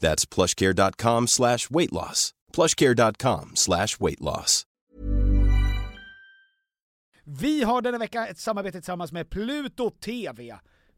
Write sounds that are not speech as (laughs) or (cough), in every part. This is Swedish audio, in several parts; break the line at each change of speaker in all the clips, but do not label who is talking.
That's plushcare.com slash weight loss. plushcare.com slash weight loss.
Vi har denna vecka ett samarbete tillsammans med Pluto TV.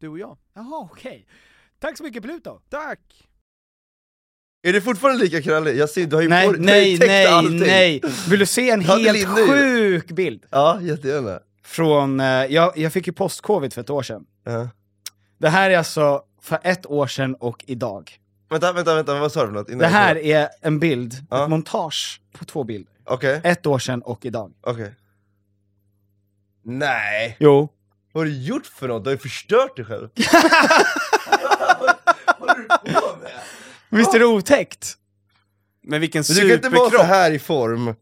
Du och jag.
Jaha, okej. Tack så mycket Pluto!
Tack!
Är det fortfarande lika krallig? Jag ser, du har ju
Nej,
por- du har ju
nej,
täckt
nej,
allting.
nej! Vill du se (laughs) en
Ja, det
helt
linner ju.
sjuk bild?
Ja, jättegärna.
Från, eh, jag, jag fick ju postcovid för ett år sedan.
Ja.
Det här är alltså för ett år sedan och idag.
Vänta, vänta, vänta, vad sa du för något? Innan
Det
jag
här
kollar.
är en bild,
Ja.
ett montage på två bilder.
Okej,
Ett år sedan och idag.
okej. Nej,
Jo.
vad har du gjort för något? Du har ju förstört dig själv.
Visst är det otäckt?
Men vilken
Men du kan inte vara så här i form.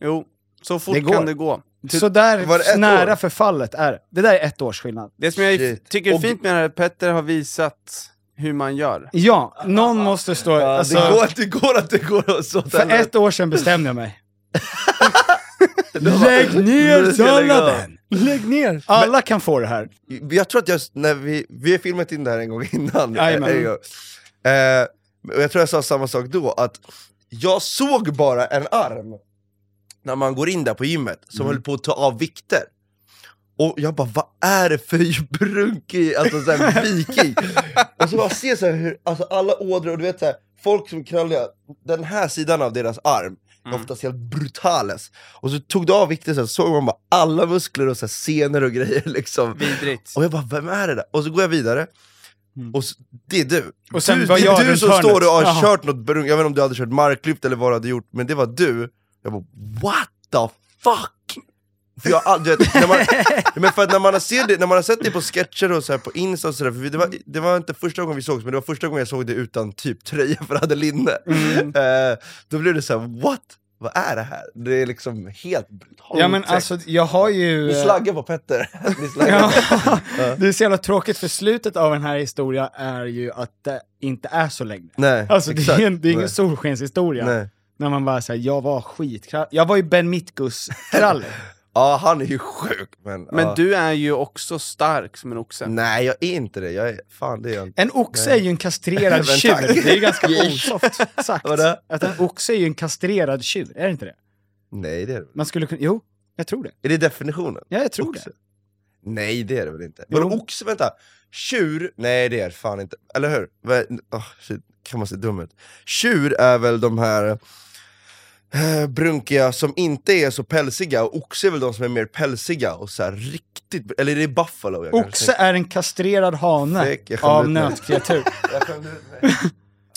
Jo, så fort
Det går. kan det
gå.
Så
Var det
där
ett
nära
år?
förfallet är det. Det där är ett års skillnad.
Det som jag
Shit.
tycker är
Och-
fint med det här är att Petter har visat hur man gör.
Ja, någon måste stå...
Ja,
alltså,
det, går, det går att det går att så
för ett år sedan bestämde jag
(laughs)
mig. Lägg
Nu
ner
ska jag lägga av.
salladen! Lägg ner! Alla kan få det här.
Jag tror att jag, när vi, vi har filmat in det här en gång innan.
Jajamän.
En gång. Eh, och jag tror jag sa samma sak då, att jag såg bara en arm när man går in där på gymmet, som
Mm.
höll på att ta av vikter. Och jag bara, vad är det för brunkig, alltså så här viking? och så bara ser så här hur, alltså alla ådror, och du vet så här, folk som kralliga, den här sidan av deras arm, är
Mm.
oftast helt brutales. Och så tog du av vikter, så här, såg man bara alla muskler och så här, senor och grejer liksom.
Vidrigt.
Och jag bara, vem är det där? Och så går jag vidare, och så, det är du.
Mm. Och sen
du
var
det
jag
är du
runt
som
hörnet.
står och har
Jaha.
kört något brun, jag vet inte om du hade kört marklyft eller vad du hade gjort, men det var du. Jag bara, what the fuck? För jag har aldrig, du vet, när man, (laughs) men för att när man, har sett det, när man har sett det på sketcher och så här på Insta och sådär, för vi- det var, det var inte första gången vi sågs, men det var första gången jag såg det utan typ tröja, (laughs) för jag hade linne.
Mm.
Eh, då blev det så här, what? Vad är det här? Det är liksom helt brutalt.
Ja men alltså, jag har ju...
Ni
eh,
(laughs) slaggar på Petter. Ni slaggar
Ja.
på
Det är så jävla tråkigt för slutet av den här historien är ju att det inte är så länge.
Nej,
(laughs) Alltså det
exakt.
är, en, det är ingen
Nej.
solskenshistoria.
Nej.
När man bara säger jag var skitkrallig. Jag var ju Ben
(laughs)
Mitkus-krallig.
Ja, han är ju sjuk. Men,
Men
ja.
du är ju också stark som en
Mm.
oxe.
Nej, jag är inte det. Jag är... Fan, det är jag inte.
En oxe är ju en
Men
kastrerad
tack.
tjur. Det är ju ganska
(laughs)
osoft sagt.
Vadå?
Att en oxe är ju en kastrerad tjur, är det inte det?
Nej, det är det
Man skulle kunna, jo. Jag tror det.
Är det definitionen?
Ja, jag tror
Oxe.
det.
Nej, det är det väl inte? Men oxe, vänta. Tjur? Nej, det är det fan inte. Eller hur? Va- Åh, shit, kan man se dum ut? Tjur är väl de här eh, brunkiga som inte är så pälsiga, och oxe är väl de som är mer pälsiga och så här riktigt... Eller är det buffalo? Jag kanske
Oxe är en kastrerad hane
Fick, jag skämde
av
ut mig.
nötkreatur.
tänker- Jag skämde ut mig.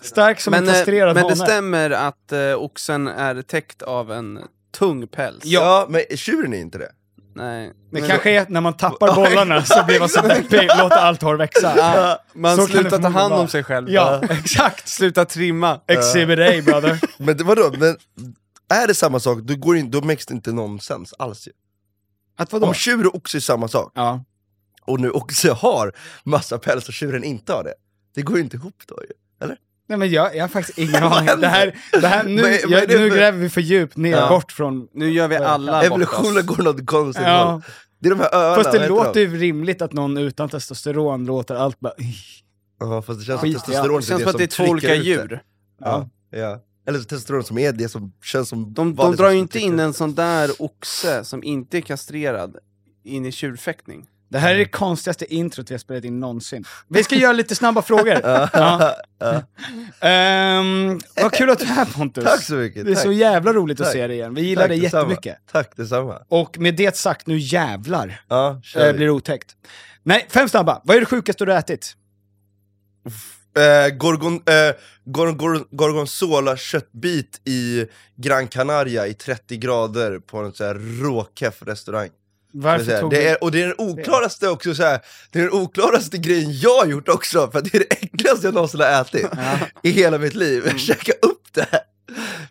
Stark som
Men,
en
eh,
kastrerad
men det
hane.
stämmer att eh, oxen är täckt av en tung päls?
ja, men tjuren är inte det.
Nej.
Det
Men-
kanske är att när man tappar bollarna så blir man så
(laughs)
deppig, låter allt hår växa.
Ja, man
Så kan det
slutar ta hand
förmodligen vara.
om sig själv.
Ja, (laughs) exakt.
Sluta trimma.
Exhibit A brother.
Men det- vadå? Men är det samma sak, då, går det in, då makes det inte någon sens alls ju.
Att
Om
vadå?
tjur och oxe är samma sak,
Ja.
och nu oxe har massa päls och tjuren inte har det, det går ju inte ihop då ju.
Nej men jag, jag har faktiskt ingen aning. Det här, det här, nu,
Men- men
jag,
det-
nu gräver vi för djupt ner,
Ja.
bort från...
Nu gör vi alla bort
Evolutionen
oss.
går något konstigt
Ja.
håll. Det är de här öarna,
Fast
vad
det
heter
låter
de?
ju rimligt att någon utan testosteron låter allt bara...
Ja, fast det känns
Skit i
som testosteron
Det känns
som
som att det är två
trycker
olika
ut det.
djur.
Ja. Ja. Eller testosteron som är det som känns som...
De,
vad
de
det som
drar ju inte
trycker
in
ut
en
det.
sån där oxe som inte är kastrerad in i tjurfäktning.
Det här är det konstigaste introt vi har spelat in någonsin. Vi ska göra lite snabba frågor.
(laughs)
ja. Ehm, vad kul att du är här Pontus.
Tack så mycket!
Det är
tack.
så jävla roligt att
Tack.
se dig igen. Vi gillar
Tack
dig
detsamma.
jättemycket.
Tack detsamma!
Och med det sagt, nu jävlar
Ja, kör
äh,
vi.
blir det otäckt. Nej, fem snabba. Vad är det sjukaste du har ätit?
Eh, gorgon, eh, gorgon, gorgon, gorgonzola köttbit i Gran Canaria i 30 grader på en så här råkeff restaurang.
Varför
Det är så här,
tog
det
du...
är, och det är den oklaraste också, så här, det är den oklaraste grejen jag har gjort också, för att det är det äckligaste jag någonsin har ätit i hela mitt liv. (laughs) Käka upp det! här.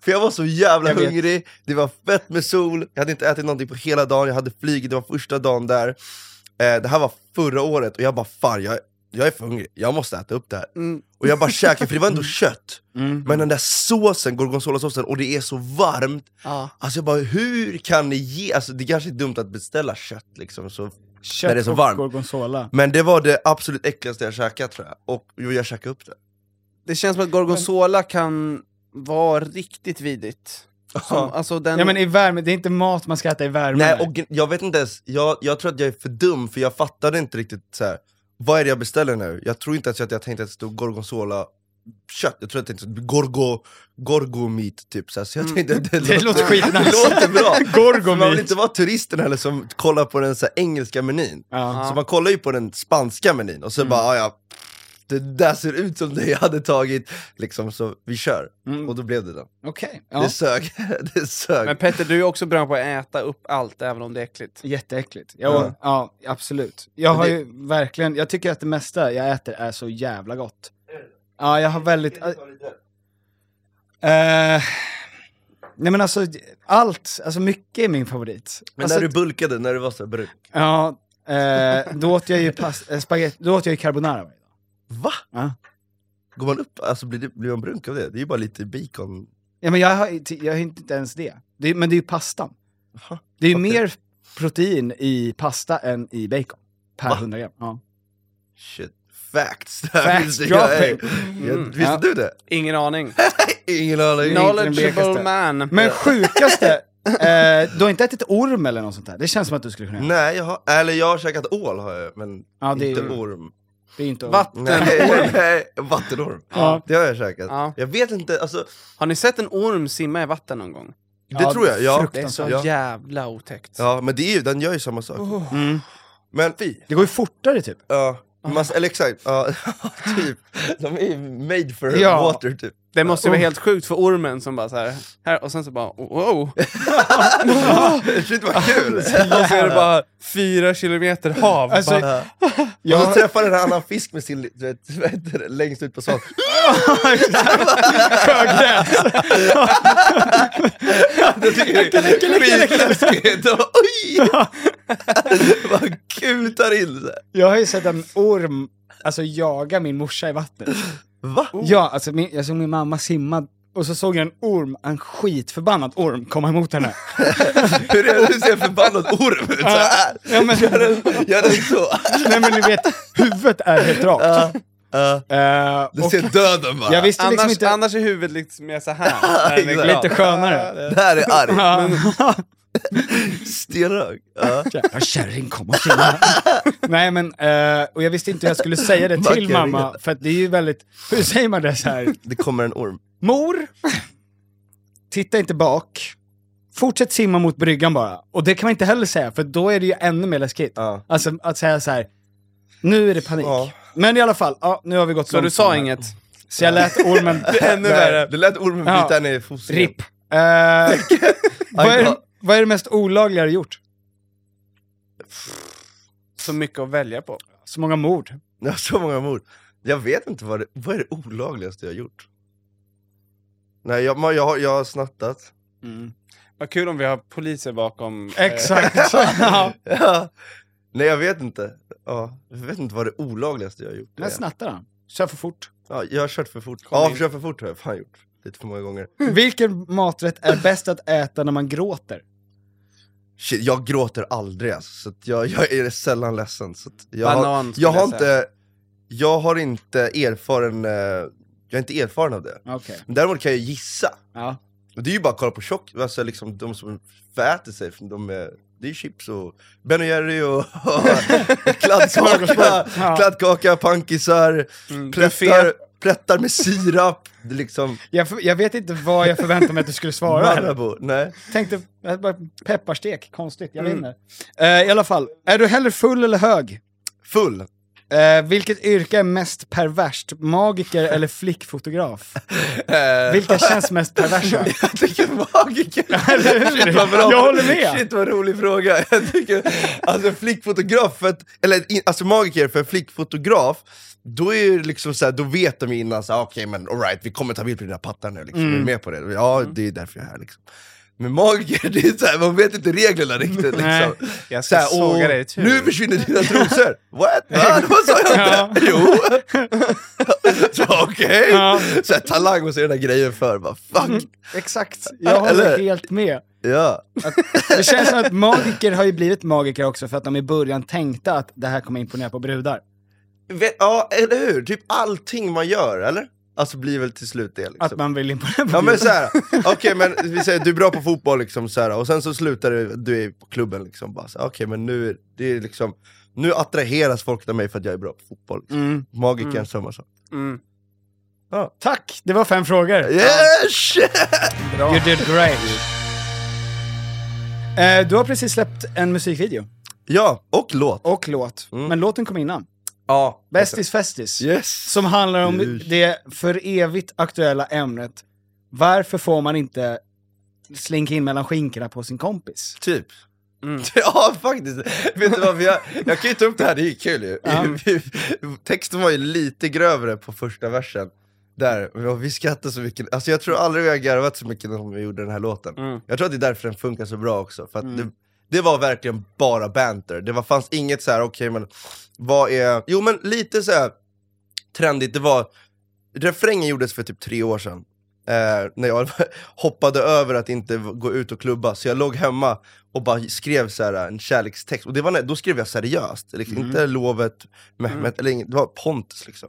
För jag var så jävla
Mm. Jag vet.
hungrig, det var fett med sol, jag hade inte ätit någonting på hela dagen, jag hade flugit, det var första dagen där. Eh, det här var förra året och jag bara fan, jag, jag är för hungrig, jag måste äta upp det här.
Mm.
Och jag bara käkade, för det
(laughs)
var ändå kött. Men den där såsen, gorgonzola-såsen, och det är så varmt.
Ja.
Alltså jag bara, hur kan ni ge... Alltså det kanske är dumt att beställa kött liksom, så...
Kött
när det är så
och
varmt.
gorgonzola.
men det var det absolut äckligaste jag käkat tror jag, och jo, jag käkade upp det.
Det känns som att gorgonzola kan vara riktigt vidigt. Som, alltså den...
Ja men i värme, det är inte mat man ska äta i värme.
Nej, och jag vet inte ens, jag, jag tror att jag är för dum för jag fattade inte riktigt så här. vad är det jag beställer nu? Jag tror inte ens att jag tänkte att det stod gorgonzola kött, jag tror att det tänkte gorgo, gorgo meat typ så, här. så jag tänkte att (laughs)
(laughs)
det,
Mm. (laughs) Det låter
det
skitnice.
låter bra! För man vill
Gorgomit.
inte vara turisten heller som kollar på den så här, engelska menyn.
Ja. Mm.
Så man kollar ju på den spanska menyn och så bara, "Ah, ja, det där ser ut som det jag hade tagit, liksom så vi kör. Och då blev det den.
Okej. Mm. Ja.
Det sög. (laughs) det sög.
Men Petter, du är också bra på att äta upp allt, även om det är äckligt.
Jätteäckligt. Ja, ja. absolut. Jag har ju verkligen, jag tycker att det mesta jag äter är så jävla gott. Ja, jag har väldigt... äh, Eh, nej men alltså, allt, alltså mycket är min favorit.
Men
alltså,
när du bulkade, när du var så här brun.
Ja, eh, då åt jag ju past, eh, spaghetti, då åt jag ju carbonara varje dag.
Va?
Ja.
Går man upp, alltså blir, det, blir man brunk av det? Det är ju bara lite bacon.
Ja men jag har, ju- jag har ju inte ens det. det är- men det är ju pastan. Det är ju
okej.
mer protein i pasta än i bacon. Per
Va?
100 gram. Ja.
Shit, facts! (laughs)
Facts
jag, jag,
dropping. Mm.
jag, visste
ja.
du det?
Ingen aning.
Ingen aning.
inte den
Knowledgeable
blekaste.
man.
Men
(laughs)
sjukaste, eh, du har inte ätit orm eller något sånt där? Det känns som att du skulle kunna göra.
Nej, jag har, eller jag har käkat ål har jag, men
Ja, det är
inte
ju-
orm.
Det är inte orm.
Nej, (laughs) nej, vattenorm.
Ja.
Det har jag käkat.
Ja.
Jag vet inte, alltså,
Har ni sett en orm simma i vatten någon gång?
det tror jag. Ja.
Det är så
ja.
jävla otäckt.
ja, men det är ju, den gör ju samma sak.
Oh.
Mm.
Mm.
Men fy,
Det går ju fortare typ.
ja. Mass, eller exakt, ja, (laughs) typ. De är ju made for
Ja.
water typ.
Det måste ju vara helt sjukt för ormen som bara så här, här och sen så bara oh, wow.
Ah.
(laughs) Shit
(laughs)
vad kul!
Och så är det bara fyra kilometer hav.
Alltså,
(laughs) bara,
Jag... Och så
jag,
träffar den här annan fisk med sin, du vet, vad heter det, längst ut
(laughs)
på svan.
Sjögräs!
Jag tycker det är skitläskigt! (laughs) Och bara,
(laughs)
Oj! Vad kutar in sig.
jag har ju sett en orm alltså, jaga min morsa i vattnet.
Oh. Va?
Ja, alltså, min, jag såg min mamma simma och så såg jag en orm, en skitförbannad orm, komma emot
(laughs)
henne.
Hur, är, hur ser en förbannad orm ut såhär?
Ja, men,
Gör den, gör den så?
nej men ni vet, huvudet är helt rakt. Eh,
Du
och
ser döden bara.
jag visste
annars,
liksom inte...
annars är huvudet liksom mer så här. när den är glad.
Lite skönare. (laughs)
Det här är arg.
Ja.
Stenhög. Ja.
Ja, kärring kom och killa. (laughs) Nej men, eh, och jag visste inte hur jag skulle säga
(laughs)
det till
Vacker
mamma,
ringa.
för att det är ju väldigt, hur säger man det så här?
Det kommer en orm.
Mor, titta inte bak. Fortsätt simma mot bryggan bara. Och det kan man inte heller säga, för då är det ju ännu mer läskigt.
Ja.
Alltså att säga så här. nu är det panik.
Ja.
Men i alla fall, ja, nu har vi gått
Så du
långt
sa
här.
inget?
Så jag lät ormen...
Ännu
värre.
(laughs) Det lät ormen
Ja.
bita ner i fostret.
RIP. Eh, vad, är, vad är det mest olagliga du gjort?
Så mycket att välja på.
Så många mord.
Jag har så många mord. Jag vet inte vad det, vad är det olagligaste jag har gjort. Nej, jag, jag, har- jag har snattat.
Vad kul om vi har poliser bakom. eh,
Exakt. (laughs) ja.
(laughs) Ja. Nej, jag vet inte. Ja, jag vet inte vad det olagligaste jag har gjort.
Men
är.
snattar han. Kör för fort.
Ja, jag har kört för fort. Ja, kört för fort har jag fan gjort. Lite för många gånger.
(laughs) Vilken maträtt är bäst att äta när man gråter?
Shit, jag gråter aldrig alltså, så att jag, (laughs) jag är sällan ledsen. Så att jag,
Banan
har,
skulle
jag, har
jag säga.
inte, jag har inte erfaren, eh, jag är inte erfaren av det.
Okej.
Men däremot kan jag gissa.
Ja.
Och det är ju bara att kolla på tjock, alltså liksom de som fäter sig, för de är, det är chips och Ben och Jerry och kladdkaka,
Ja.
kladdkaka, pankisar, plättar,
buffé.
plättar med sirap, det är liksom
Jag, för, jag vet inte vad jag förväntade mig att du skulle (laughs) svara. här.
Marabou. Nej.
Tänkte, jag bara, pepparstek, konstigt, jag vinner. Eh, I alla fall, är du hellre full eller hög?
Full.
Eh, vilket yrke är mest perverst? Magiker eller flickfotograf? (laughs) Vilka känns mest (laughs) perversa?
(laughs) Jag tycker magiker!
Eller hur?
Shit vad bra!
Jag håller med.
Shit vad rolig fråga! Jag tycker, alltså flickfotograf, för att, eller in- alltså magiker, för en flickfotograf, då är det liksom så här, då vet de innan, så här, okej men alright, vi kommer ta bild på dina pattar nu, liksom. är
Mm.
du med på det? Ja, det är därför jag är här liksom. Men magiker, det är så här, man vet inte reglerna riktigt
Nej.
liksom.
Jag ska
åh,
såga dig tur.
Nu försvinner
(laughs)
dina trosor! What? Ah, vad sa jag inte? Jo! (laughs) Så Okej!
Ja.
Så här, talang och så är den där grejen för, bara fuck!
Exakt, jag håller
Eller-
helt med.
(laughs) Ja.
Det känns som att magiker har ju blivit magiker också för att de i början tänkte att det här kommer imponera på brudar.
Vet, ja, eller hur? Typ allting man gör, eller? Alltså blir väl till slut det liksom.
Att man vill imponera på
Ja men
brudar.
såhär, okej men vi säger du är bra på fotboll liksom så här, och sen så slutar du, du är på klubben liksom bara så här, okej men nu, är- det är liksom, nu attraheras folk av mig för att jag är bra på fotboll. Liksom.
Mm.
Magikern samma sak.
Mm.
Tack, det var fem frågor.
Yes!
You did great. Eh, du har precis släppt en musikvideo
ja, och låt.
och låt, men låten kom innan.
Ja.
Bästis festis.
Yes!
Som handlar om
Yes.
det för evigt aktuella ämnet, varför får man inte slinka in mellan skinkorna på sin kompis?
Typ. (laughs) Ja faktiskt, vet du vad, vi har, jag kan ju ta upp det här, det är ju kul ju. (laughs) Texten var ju lite grövre på första versen, där och vi skrattade så mycket, alltså jag tror aldrig vi har garvat så mycket som vi gjorde den här låten. Jag tror att det är därför den funkar så bra också, för att det, det var verkligen bara banter, det var, fanns inget så här: okej men vad är, jo men lite så här trendigt, det var, refrängen gjordes för typ tre år sedan. Eh, när jag (laughs) hoppade över att inte v- gå ut och klubba, så jag låg hemma och bara skrev så här, en kärlekstext. Och det var när, då skrev jag seriöst, liksom, inte lovet, Mehmet, eller inget, det var Pontus liksom.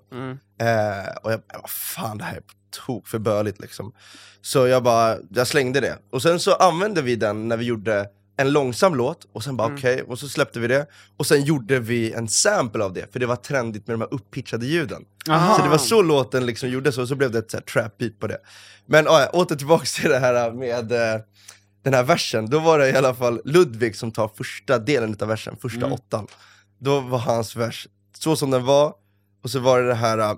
Eh, och jag bara, fan det här är på tok för böligt liksom. Så jag bara, jag slängde det. Och sen så använde vi den när vi gjorde en långsam låt, och sen bara okej, och så släppte vi det. Och sen gjorde vi en sample av det, för det var trendigt med de här upppitchade ljuden. Så det var så låten liksom gjordes, och så blev det ett så här trap beat på det. Men ja, åter tillbaks till det här med eh, den här versen, då var det i alla fall Ludvig som tar första delen av versen, första åttan. Då var hans vers så som den var, och så var det det här, eh,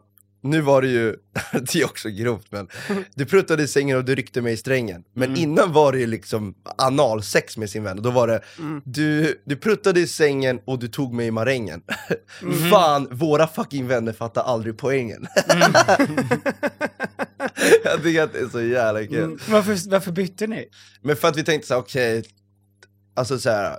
nu var det ju, (laughs) det är också grovt men, du pruttade i sängen och du ryckte mig i strängen. Men
Mm.
innan var det ju liksom analsex med sin vän, och då var det,
Mm.
du, du pruttade i sängen och du tog mig i marängen. (laughs)
Mm.
Fan, våra fucking vänner fattar aldrig poängen.
Mm.
(laughs) Jag tycker att det är så jävla kul.
Mm.
Mm. Varför, varför bytte ni?
Men för att vi tänkte så här, okej, alltså så här,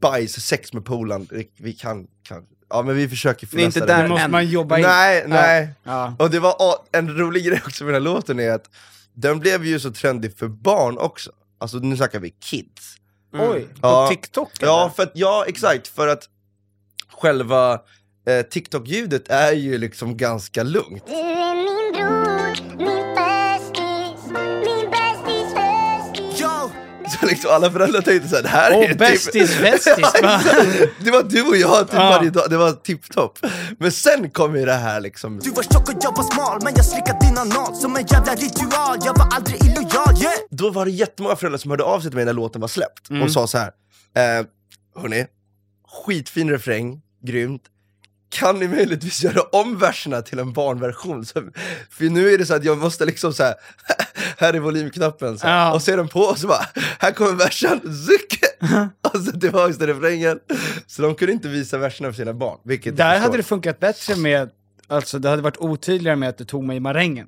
bajs, sex med polaren, vi, vi kan, kan, ja men vi försöker
Ni är inte
finessa det.
där
Nu måste
än.
man jobba in.
Nej, nej.
Ja.
Och det var ja, en rolig grej också med den här låten är att den blev ju så trendig för barn också. Alltså nu snackar vi kids.
Oj.
Ja.
Mm. På TikTok
Ja, för att, ja exakt, för att själva eh, TikTok-ljudet är ju liksom ganska lugnt. (laughs)
Du är min bror, min bästis, min bästis bästis
Så liksom, alla föräldrar tänkte såhär, det här
Åh,
är (laughs) typ-
bästis, bästis, (laughs) va?
Det var du och jag typ
Ja.
varje dag, det var tipptopp. Men sen kom ju det här liksom...
Du var tjock och jag var smal men jag slickade din anal som en jävla ritual Jag var aldrig illojal, yeah!
Då var det jättemånga föräldrar som hörde av sig till mig när låten var släppt och sa så här. Eh, hörni, skitfin refräng, grymt. Kan ni möjligtvis göra om verserna till en barnversion? Så, för nu är det så att jag måste liksom så här, (laughs) här är volymknappen, så här,
Ja.
och så är den på och så bara, här kommer versen,
(laughs)
zuck! Och så tillbaks till refrängen. Så de kunde inte visa verserna för sina barn, vilket jag
Där
förstår.
hade det funkat bättre med, alltså det hade varit otydligare med att du tog mig i marängen.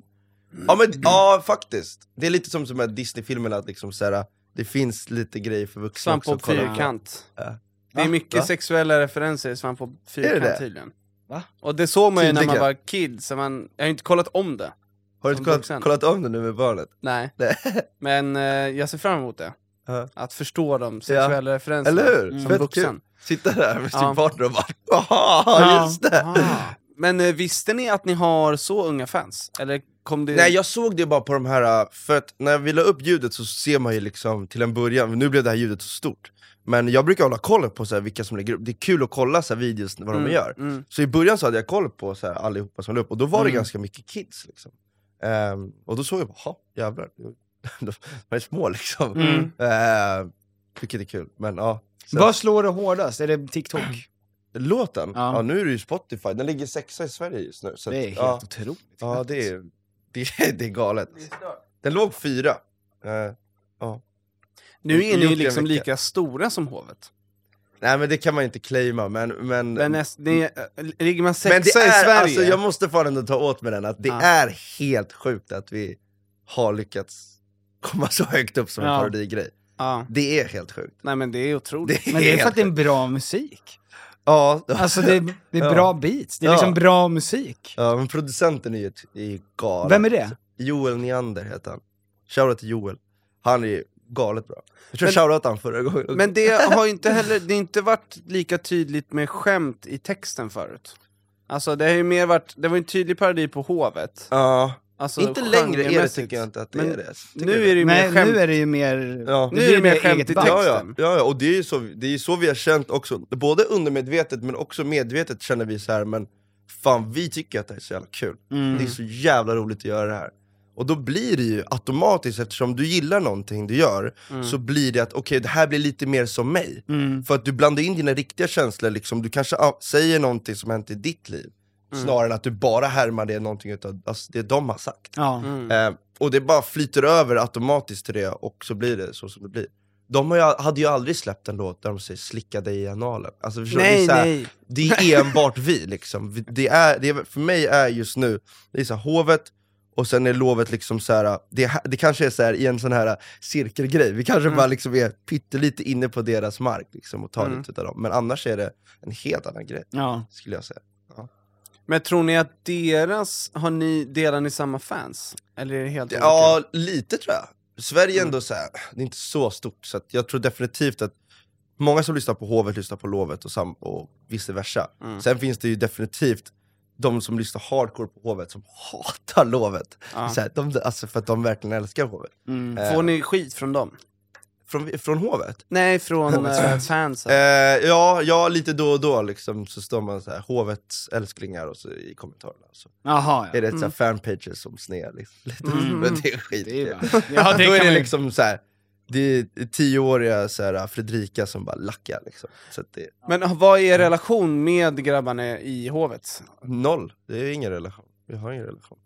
Ja, men, ja, faktiskt. Det är lite som de här Disney-filmerna, att liksom, så här, det finns lite grejer för vuxna
Svamp och
också att kolla på.
fyrkant.
Ja.
Det är mycket
Va?
sexuella referenser i Svamp och
Är det
fyrkant
det?
tydligen.
Va?
Och det såg man ju när man
Tydligen.
var kid, så man, jag har ju inte kollat om det.
Har du
Som
inte kollat,
vuxen.
kollat om det nu med barnet? (laughs)
Nej.
Nej.
Men eh, jag ser fram emot det.
Ja.
Att förstå de sexuella referenserna
Eller hur?
Mm. som
Fett
vuxen.
kul. Sitta där med sin
Ja.
partner och bara Aha,
Ja.
just det!
Mm.
Ah. Men eh, visste ni att ni har så unga fans? Eller kom det...
Nej jag såg det bara på de här, äh, för att när vi la upp ljudet så ser man ju liksom till en början, nu blev det här ljudet så stort Men jag brukar hålla koll på så här, vilka som lägger upp, det är kul att kolla så här, videos vad de
Mm,
gör
mm.
Så i början så hade jag koll på så här, allihopa som la upp, och då var det ganska mycket kids liksom Ehm, Och då såg jag bara, "Ha, jävlar, (laughs) de är små liksom
Mm.
Ehm, Vilket är kul, men ja Så-
Vad slår det hårdast? Är det TikTok?
Låten? Ja.
Ja.
nu är det ju Spotify, den ligger sexa i Sverige just nu. Så
Det
att-
är helt
ja,
otroligt.
ja, det är, det, är, det är galet. Den låg fyra. Eh,
Nu är ni
Gjort
ju
det
liksom
mycket.
lika stora som hovet.
nej men det kan man inte claima, men... Men,
Men näst, ni, eh, ligger man sexa
men det
i
är,
Sverige?
alltså, jag måste fan ändå ta åt mig den, att det
Ja.
är helt sjukt att vi har lyckats komma så högt upp som en
Ja.
parodigrej.
ja.
Det är helt sjukt.
Nej men det är otroligt.
Det är
Men det är
helt
för att det är en
sjukt.
bra musik.
Ja,
Alltså det är, det är bra beats, det är
Ja.
liksom bra musik.
ja, men producenten är ju, ett- är ju galen.
Vem är det?
Joel Neander heter han. Shoutout till Joel. Han är ju galet bra. Jag tror
Men-
jag shoutoutade han förra gången.
Men det har ju inte heller, det har inte varit lika tydligt med skämt i texten förut. Alltså det har ju mer varit, det var ju en tydlig parodi på hovet.
Ja.
Alltså,
inte längre är det,
genremässigt.
tycker jag inte att det
Men
är det. Tycker
Nu
du
är det ju
Nej,
mer skämt.
nu är det ju mer...
Ja.
Nu är det mer
eget
skämt i
band.
text.
Ja, ja,
texten.
ja, ja, och det är ju så, det är ju så vi har känt också. Både undermedvetet men också medvetet känner vi så här, men fan vi tycker att det här är så jävla kul.
Mm.
Det är så jävla roligt att göra det här. Och då blir det ju automatiskt, eftersom du gillar någonting du gör,
Mm.
så blir det att okej, det här blir lite mer som mig. För att du blandar in dina riktiga känslor, liksom. du kanske ah, säger någonting som hänt i ditt liv,
Mm.
snarare än att du bara härmar det, någonting utav, alltså, det de har sagt.
Ja.
Mm.
Eh, och det bara flyter över automatiskt till det, och så blir det så som det blir. De har ju, hade ju aldrig släppt en låt där de säger 'slicka dig i analen' alltså, förstår du? det, är
Nej,
så här,
nej.
det
(laughs)
är enbart vi liksom. Vi- Det är, det är, för mig är just nu, det är så här, hovet, och sen är lovet liksom så här, det, är- det kanske är så här, i en sån här cirkelgrej, vi kanske bara liksom är pyttelite inne på deras mark liksom, och tar
Mm.
lite av dem. Men annars är det en helt annan grej,
Ja. mm.
skulle jag säga.
Men tror ni att deras, har ni, delar ni samma fans? Eller är det helt
Ja, lite tror jag. Sverige är ändå så här, det är inte så stort, så att jag tror definitivt att många som lyssnar på hovet lyssnar på lovet och, sam- och vice versa. Sen finns det ju definitivt de som lyssnar hardcore på hovet som hatar lovet. Så här, de, alltså för att de verkligen älskar hovet.
mm.
eh.
olika? Får ni skit från dem?
Från, från hovet?
Nej, från eh, fansen.
Eh, ja, ja, lite då och då liksom, så står man så här, hovets älsklingar och så i kommentarerna. Så
Jaha, ja.
är det mm. fanpages som snear liksom, (laughs) lite, men det är skit.
Det är ju bara... Ja, det
(laughs) då
kan
är det
man ju...
liksom så här. Det är tioåriga så här, äh, Fredrika som bara lackar liksom. Så att det är
Men vad är er relation med grabbarna i hovet?
noll, det är ingen relation. Vi har ingen relation.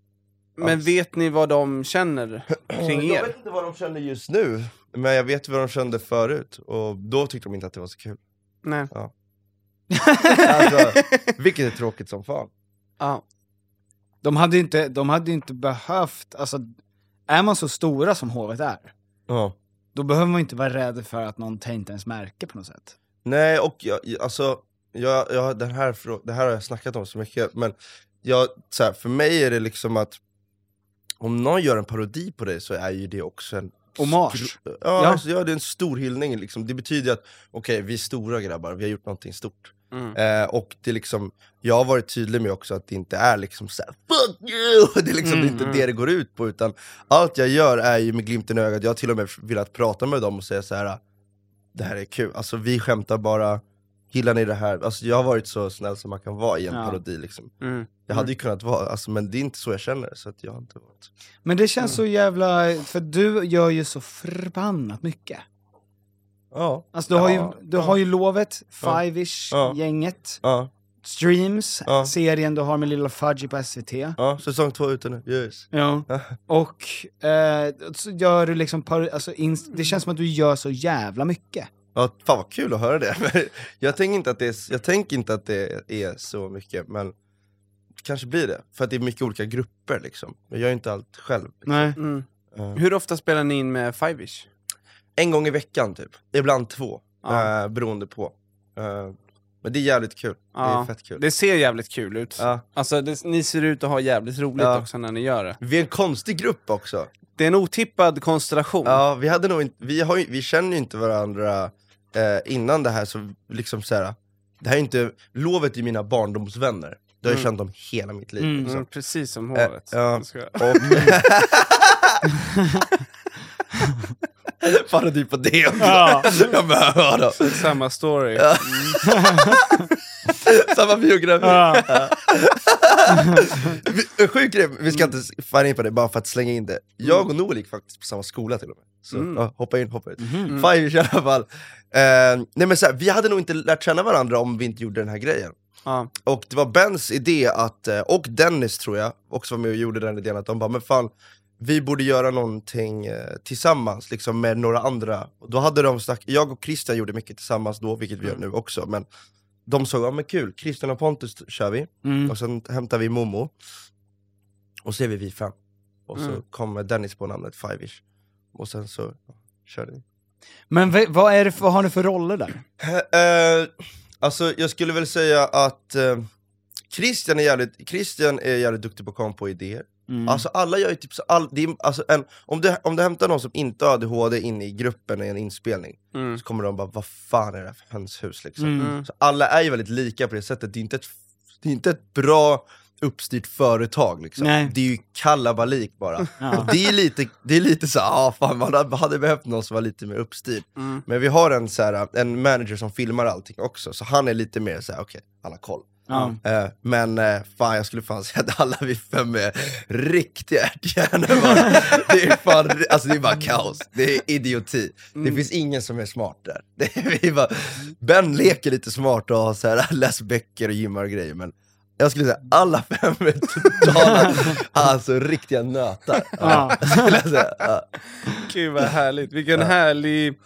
Men vet ni vad de känner kring
Jag
er?
vet inte vad de känner just nu, men jag vet vad de kände förut. Och då tyckte de inte att det var så kul.
Nej.
(laughs)
Alltså, vilket är tråkigt som fan.
Ja.
De hade ju inte, de hade ju inte behövt... Alltså, är man så stora som hovet är,
Ja.
då behöver man ju inte vara rädd för att någon inte ens märker på något sätt.
Nej, och jag, jag- alltså, jag, jag, den här, frå- det här har jag snackat om så mycket, men jag, så här, för mig är det liksom att om någon gör en parodi på dig så är ju det också en...
Hommage.
Ja,
Ja.
Alltså, ja, det är en stor hyllning. Liksom. Det betyder ju att, okej, vi är stora grabbar, vi har gjort någonting stort.
Mm.
Eh, och det är liksom, jag har varit tydlig med också att det inte är liksom så här, fuck you! (laughs) Det är
Mm,
liksom inte det det går ut på, utan allt jag gör är ju med glimten i ögat, jag har till och med velat prata med dem och säga så här. det här är kul, alltså vi skämtar bara, gillar ni det här? Alltså jag har varit så snäll som man kan vara i en parodi liksom.
Mm.
Jag hade ju kunnat vara, alltså, men det är inte så jag känner, så att jag har inte varit...
Men det känns så jävla... För du gör ju så förbannat mycket.
Ja,
Alltså du, har,
Ja.
ju, du har ju lovet, Five-ish,
Ja.
gänget,
ja,
Streams,
Ja.
serien du har med Lilla Fudgy på SVT.
ja, säsong två ute nu, yes.
Ja. (laughs) Och eh, så gör du liksom, par, alltså, inst- det känns som att du gör så jävla mycket.
Ja, fan vad kul att höra det. (laughs) Men jag, tänker inte att det är, jag tänker inte att det är så mycket, men det kanske blir det. För att det är mycket olika grupper liksom. Jag gör inte allt själv.
Nej.
Mm.
Eh,
Hur ofta spelar ni in med Five-ish?
En gång i veckan typ, ibland två.
Ja.
eh, beroende på. Eh, men det är jävligt kul. Det
Ja.
är fett kul.
Det ser jävligt kul ut.
Ja.
Alltså, det, ni ser ut att ha jävligt roligt
Ja.
också när ni gör det.
Vi är en konstig grupp också.
Det är en otippad konstellation.
Ja, vi, hade nog inte, vi, har, ju- vi känner ju inte varandra eh, innan det här, så liksom så här, det här är inte, lovet är mina barndomsvänner. Jag har ju känt dem hela mitt liv.
Mm,
Liksom.
precis som hovet.
Eh, ja.
Jag skojar.
Och... (laughs) Parodi på det också. (laughs) Jag bara, vadå?
Samma story.
(laughs) Samma biografi. (laughs) Vi- Sjuk grej, vi ska inte fan in på det bara för att slänga in det. Jag och Noel gick faktiskt på samma skola till och med. Så ja, hoppa in, hoppa ut. Five i alla fall. Eh, nej men så här, vi hade nog inte lärt känna varandra om vi inte gjorde den här grejen.
Ja.
Och det var Bens idé, att, eh, och Dennis tror jag, också var med och gjorde den idén, att de bara men fan, vi borde göra någonting eh, tillsammans liksom, med några andra. Och Då hade de snack- jag och Christian gjorde mycket tillsammans då, vilket vi gör nu också. Men de sa, ja men kul, Christian och Pontus kör vi,
Mm.
och sen hämtar vi Momo. Och så är vi vi fem. Och så kommer Dennis på namnet Five-ish. Och sen så ja, körde vi.
Men v- vad, är det för, vad har ni för roller där?
Eh, alltså jag skulle väl säga att eh, Christian, är jävligt, Christian är jävligt duktig på att komma på idéer.
Mm.
Alltså alla gör ju typ så, all, det är, alltså en, om, du, om du hämtar någon som inte har ADHD in i gruppen i en inspelning,
Mm.
Mm.
så kommer de bara vad fan är det här för hönshus liksom. Så alla är ju väldigt lika på det sättet, det är inte ett, det är inte ett bra uppstyrt företag liksom.
Nej.
Det är ju kalabalik
(laughs)
bara. Och det är lite, det är lite så här, ah, fan man hade- hade behövt någon som var lite mer uppstyrd.
Mm.
Men vi har en, så här, en manager som filmar allting också, så han är lite mer så här, okej, han har koll.
Ja.
Eh, men eh, fan, jag skulle fan (laughs) säga att alla vi fem är riktiga ärthjärnor. va? (laughs) det, är fan- alltså, det är bara kaos, det är idioti.
Mm.
Det finns ingen som är smart där. (laughs) Det är, vi bara, ben leker lite smart och har så här, (laughs) läser böcker och gymmar och grejer, men jag skulle säga alla fem är
(laughs)
totala, alltså riktiga nötar. Ja, (laughs) skulle jag säga. Ja.
Gud vad härligt, vilken härlig...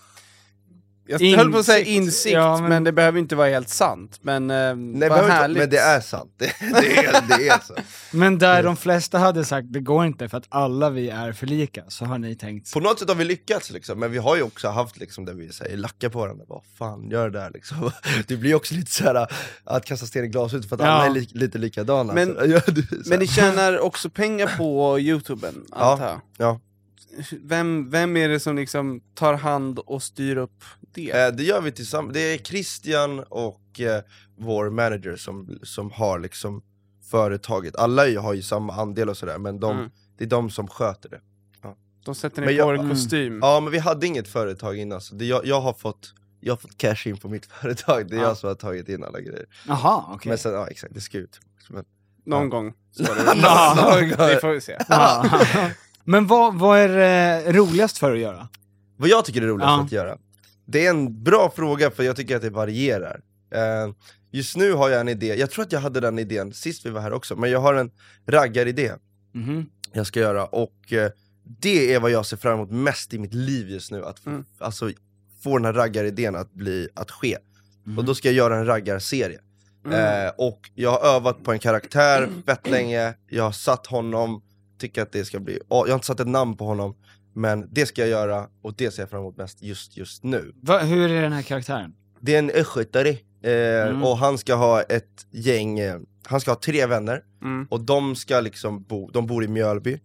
Jag
Insikt.
höll på att säga insikt,
Ja, men-
men... det behöver inte vara helt sant. Men eh,
Nej,
vad
behöver inte-
härligt.
men det är sant. (laughs) Det, det, är, det är så.
Men där de flesta hade sagt det går inte för att alla vi är för lika, så har ni tänkt
På något sätt har vi lyckats, liksom. men vi har ju också haft liksom, där vi säger lacka på varandra. Vad fan, gör det där liksom. (laughs) Det blir ju också lite såhär att kasta sten i glashus för att
Ja.
alla är li lite likadana.
Men-
så, (laughs) ja, det är så
Men
här.
ni tjänar också pengar
(laughs)
på youtuben, antar jag?
ja.
Vem, vem är det som liksom tar hand och styr upp det?
Eh, Det gör vi tillsammans. Det är Christian och eh, vår manager som, som har liksom företaget. Alla ju- har ju samma andel och sådär, men de,
Mm.
det är de som sköter det.
De sätter
men
ner på
jag- mm.
en kostym.
Ja, men vi hade inget företag innan, så det, jag, jag, har fått, jag har fått cash in på mitt (laughs) företag. Det är
Ja.
jag som har tagit in alla grejer.
Jaha, okej.
Men sen, ja exakt, det ska ut. Men,
Någon
Ja.
gång.
(laughs)
(laughs)
Ja.
Det får vi se.
Ja. (laughs) Men vad, vad är eh, roligast för att göra?
Vad jag tycker är roligast
Ja.
att göra? Det är en bra fråga för jag tycker att det varierar. Eh, just nu har jag en idé, jag tror att jag hade den idén sist vi var här också, men jag har en raggaridé jag ska göra och eh, det är vad jag ser fram emot mest i mitt liv just nu, att f-
Mm.
alltså, få den här raggaridén att, bli, att ske. Och då ska jag göra en raggarserie.
Mm.
Eh, och jag har övat på en karaktär fett länge, jag har satt honom, tycker att det ska bli, ja, jag har inte satt ett namn på honom, men det ska jag göra och det ser jag fram emot mest just, just nu.
Va, hur är den här karaktären?
Det är en östgötare, eh, och han ska ha ett gäng, eh, han ska ha tre vänner,
Mm.
och de ska liksom bo, de bor i Mjölby,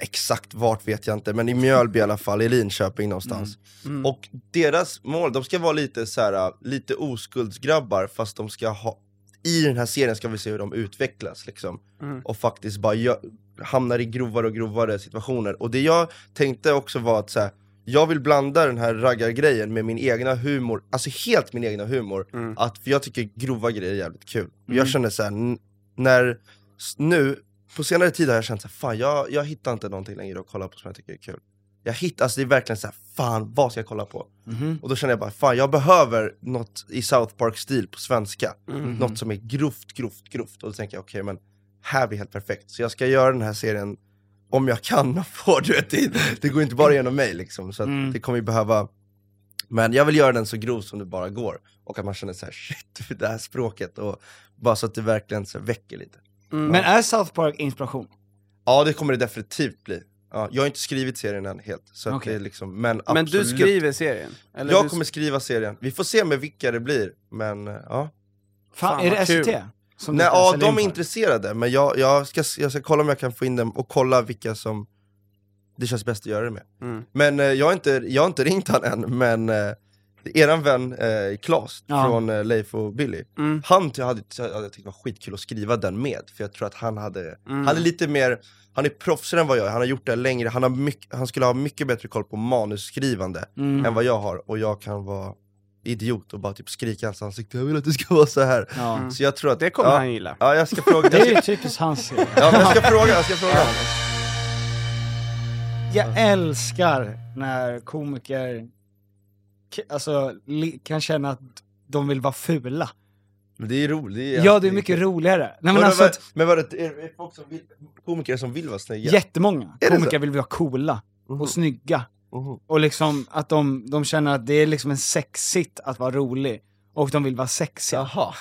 exakt vart vet jag inte, men i Mjölby i alla fall, i Linköping någonstans.
Mm.
Och deras mål, de ska vara lite så här, lite oskuldsgrabbar, fast de ska ha, i den här serien ska vi se hur de utvecklas. Liksom. Och faktiskt bara gö- hamnar i grovare och grovare situationer. Och det jag tänkte också var att så här, jag vill blanda den här raggargrejen med min egna humor, alltså helt min egna humor. Att, för jag tycker grova grejer är jävligt kul. Och Jag känner så här, n- när, s- nu, på senare tid har jag känt så här, fan jag, jag hittar inte någonting längre att kolla på som jag tycker är kul. Jag hittar, alltså det är verkligen så här, fan vad ska jag kolla på? Och då känner jag bara, fan jag behöver något i South Park-stil på svenska. Något som är grovt, grovt, grovt. Och då tänker jag, okej men här blir helt perfekt. Så jag ska göra den här serien om jag kan och får, du vet, det, det går inte bara genom mig liksom. Så att det kommer ju behöva men jag vill göra den så grov som det bara går, och att man känner så här, shit, (laughs) det här språket, och bara så att det verkligen så här väcker lite.
Mm.
Men är South Park inspiration?
Ja, det kommer det definitivt bli. Ja, jag har inte skrivit serien än helt, så att
Okej.
det är liksom, men
Men
absolut.
du skriver serien? Eller
Jag
du-
kommer skriva serien. Vi får se med vilka det blir, men eh, ja.
Fan,
Fan,
är det
vad kul.
SVT? Som
Nej,
du kan
ja
ställa in
de är
för?
intresserade, men jag, jag, ska, jag ska kolla om jag kan få in dem och kolla vilka som det känns bäst att göra det med.
Mm.
Men eh, jag, har inte, jag har inte ringt han än, men eh, eran vän eh, Klas
Ja.
från eh, Leif och Billy,
Mm.
han ty- hade, hade tyckt det var skitkul att skriva den med, för jag tror att han hade,
Mm.
han är lite mer, han är proffsigare än vad jag är, han har gjort det här längre, han, har mycket, han skulle ha mycket bättre koll på manusskrivande
Mm.
än vad jag har, och jag kan vara idiot och bara typ skrika i hans ansikte, jag vill att det ska vara så här.
Ja.
Så jag tror att,
Det kommer
ja,
han gilla.
Ja, jag ska fråga.
Det
Mm. Jag
är
ska,
ju typiskt hans
ja, men jag ska fråga. Jag ska fråga.
Jag älskar när komiker k- alltså, li- kan känna att de vill vara fula.
Men det är roligt. Det
Ja,
är,
det är mycket roligare. Nej, men
Men,
alltså,
alltså,
att
men var det är det folk som vill, komiker som vill vara snygga?
jättemånga
Är det så?
komiker vill vara coola och snygga.
Mhm.
Och liksom att de, de känner att det är liksom en sexigt att vara rolig. Och de vill vara sexiga.
Jaha.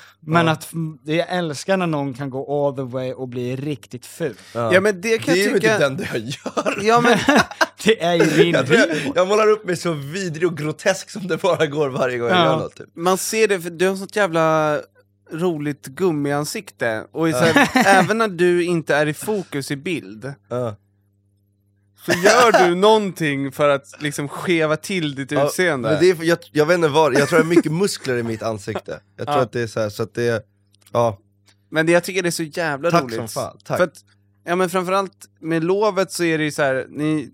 (laughs) Men att f- jag älskar när någon kan gå all the way och bli riktigt ful.
Ja men det kan
det
jag
är ju inte
tycka...
det enda jag gör.
Ja
(laughs)
men
(laughs) Det är ju din
Jag, tror jag,
humor.
jag målar upp mig så vidrig och grotesk som det bara går varje gång jag
Ja.
gör något. Typ.
Man ser det, för du har sånt jävla roligt gummiansikte. Och så här, även när du inte är i fokus i bild,
Ja.
så gör du någonting för att liksom skeva till ditt
Ja,
utseende.
Men det är, för- jag, jag vet inte var, jag tror jag har mycket muskler i mitt ansikte. Jag tror
Ja.
att det är så här, så att det är, ja.
jag tycker det är så jävla
Tack
roligt.
som fan, tack.
För att, ja men framförallt med lovet så är det ju så här, ni,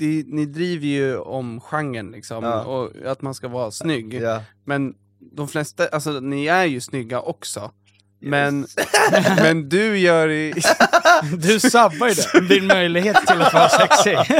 ni, ni driver ju om genren liksom,
Ja.
och att man ska vara snygg.
ja.
Men de flesta, alltså ni är ju snygga också.
(laughs)
Men, men du gör i...
Du sabbar ju det. (laughs) Din möjlighet till att vara
(laughs)
sexig.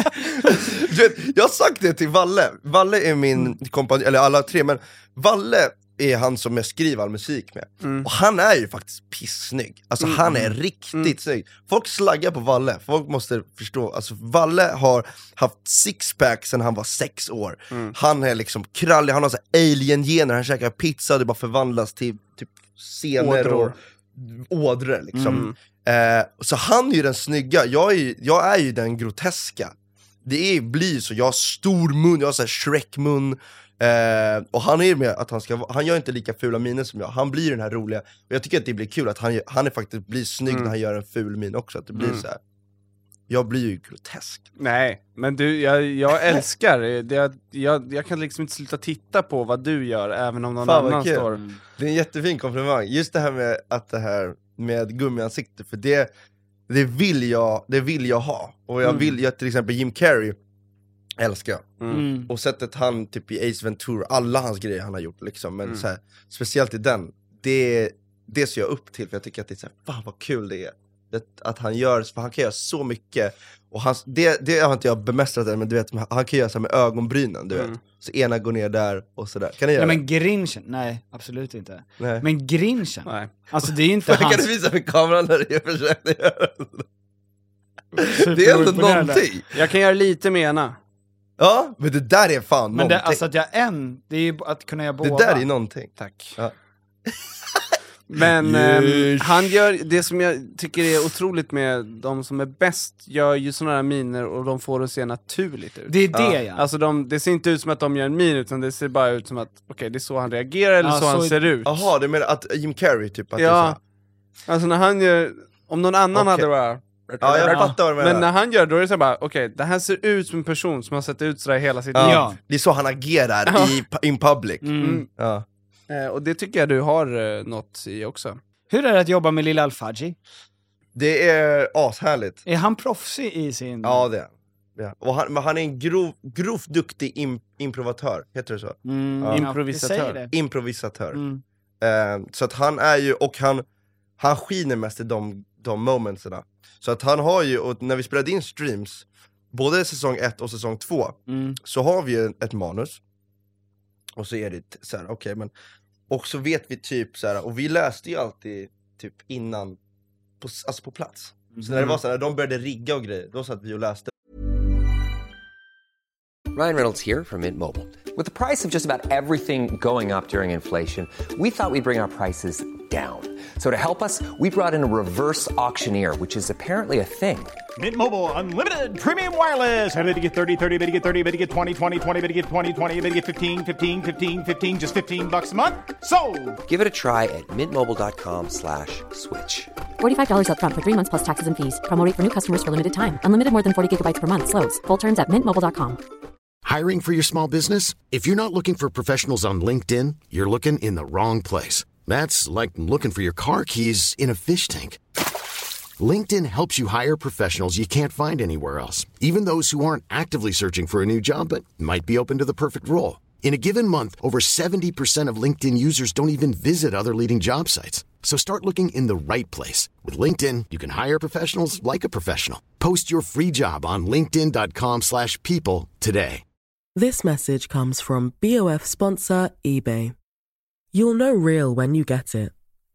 Du vet, jag har sagt det till Valle, Valle är min kompanjon, eller alla tre, men Valle är han som jag skriver all musik med. Och han är ju faktiskt pissnygg. Alltså han är riktigt snygg. Folk slaggar på Valle, folk måste förstå. Alltså Valle har haft sixpack sedan han var sex år. Han är liksom krallig, han har så här alien-gener, han käkar pizza, det bara förvandlas till typ senor och
Ådror.
ådror. Liksom. Eh, så han är ju den snygga, jag är ju, jag är ju den groteska. Det är, blir så, jag har stor mun, jag har så här Shrek-mun. Eh, och han är ju med att han ska vara- han gör inte lika fula miner som jag, han blir den här roliga. Och jag tycker att det blir kul att han, gör- han är faktiskt blir snygg när han gör en ful min också, att det blir så här. Jag blir ju grotesk.
Nej, men du, jag, jag älskar det. Jag, jag, jag kan liksom inte sluta titta på vad du gör, även om någon
Fan, vad
annan
kul.
står...
Det är en jättefin komplimang, just det här med att det här med gummiansikte, för det, det, vill, jag, det vill jag ha. Och jag vill, jag, till exempel Jim Carrey älskar jag.
Mm.
Mm.
Och sättet han, typ i Ace Ventura, alla hans grejer han har gjort liksom, men så här, speciellt i den, det, det ser jag upp till för jag tycker att det är så här, fan vad kul det är. Det, att han gör, för han kan göra så mycket, och hans, det, det har inte jag bemästrat än, men du vet, han kan göra så här med ögonbrynen, du vet. Så ena går ner där och sådär. Kan ni göra
Nej men grinchen, nej absolut inte.
det? Nej.
Men grinchen,
Nej.
alltså det är inte
Jag (laughs) kan
hans...
du visa för kameran när jag försökte göra det? Det är ändå
Superimponerande.
någonting!
Jag kan göra lite med ena.
Ja, men det där är fan
Men det,
någonting.
alltså att jag är en, det är ju att kunna göra båda.
det där är någonting.
Tack.
Ja.
Men ehm,
Yes.
han gör, det som jag tycker är otroligt med de som är bäst, gör ju sådana här miner och de får det att se naturligt ut.
Det är det ja.
Alltså de, det ser inte ut som att de gör en min, utan det ser bara ut som att, okej det är så han reagerar eller
Ja,
så, han
så-
ser ut.
Jaha, du menar att Jim Carrey typ, att det är så
Ja,
här-
alltså när han gör, om någon annan
Okej.
hade bara,
Ja, jag fattar vad du menar.
Men när han gör det, då är det så här bara, okej, det här ser ut som en person som har sett ut sådär hela sitt
ja.
liv.
Det är så han agerar i, in public.
Mm.
Ja.
Eh, och det tycker jag du har eh, något i också.
Hur är det att jobba med Lil Alfaji?
Det är ashärligt.
Är han proffsig i sin...
Ja, det är han. det är han. Och han, men han är en grov, grovt duktig im, improvatör, heter det så?
Mm,
Ja.
Improvisatör.
Det säger det.
Improvisatör.
Mm.
Eh, så att han är ju, och han, han skiner mest i de, de momentsen. Så att han har ju, och när vi spelade in streams, både säsong 1 och säsong 2,
Mm.
så har vi ju ett manus, och så är det t- så här, okej men, och så vet vi typ så här, och vi läste ju alltid typ innan, på, s- alltså på plats. Så när det var så här, när de började rigga och grejer, då satt vi och läste.
Ryan Reynolds here from Mint Mobile. With the price of just about everything going up during inflation, we thought we'd bring our prices down. So to help us, we brought in a reverse auctioneer, which is apparently a thing.
Mint Mobile unlimited premium wireless. Ready to get 30, 30, bit to get 30, bit to get 20, 20, 20, bit to get 20, 20, bit to get 15, 15, 15, 15 just 15 bucks a month. So,
Give it a try at mintmobile.com slash switch.
$45 up front for three months plus taxes and fees. Promoting for new customers for limited time. Unlimited more than 40 gigabytes per month. Slows. Full terms at mintmobile.com.
Hiring for your small business? If you're not looking for professionals on LinkedIn, you're looking in the wrong place. That's like looking for your car keys in a fish tank. LinkedIn helps you hire professionals you can't find anywhere else, even those who aren't actively searching for a new job but might be open to the perfect role. In a given month, over 70% of LinkedIn users don't even visit other leading job sites. So start looking in the right place. With LinkedIn, you can hire professionals like a professional. Post your free job on linkedin.com/people slash people today.
This message comes from BOF sponsor eBay. You'll know real when you get it.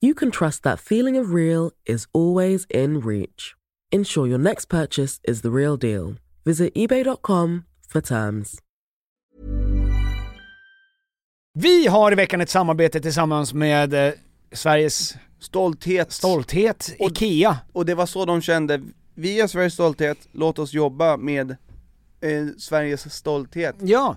you can trust that feeling of real is always in reach. Ensure your next purchase is the real deal. Visit eBay.com for terms.
Vi har i veckan ett samarbete tillsammans med eh, Sveriges
Stolthet.
stolthet, IKEA.
Och det var så de kände, vi är Sveriges stolthet, låt oss jobba med eh, Sveriges stolthet.
Ja,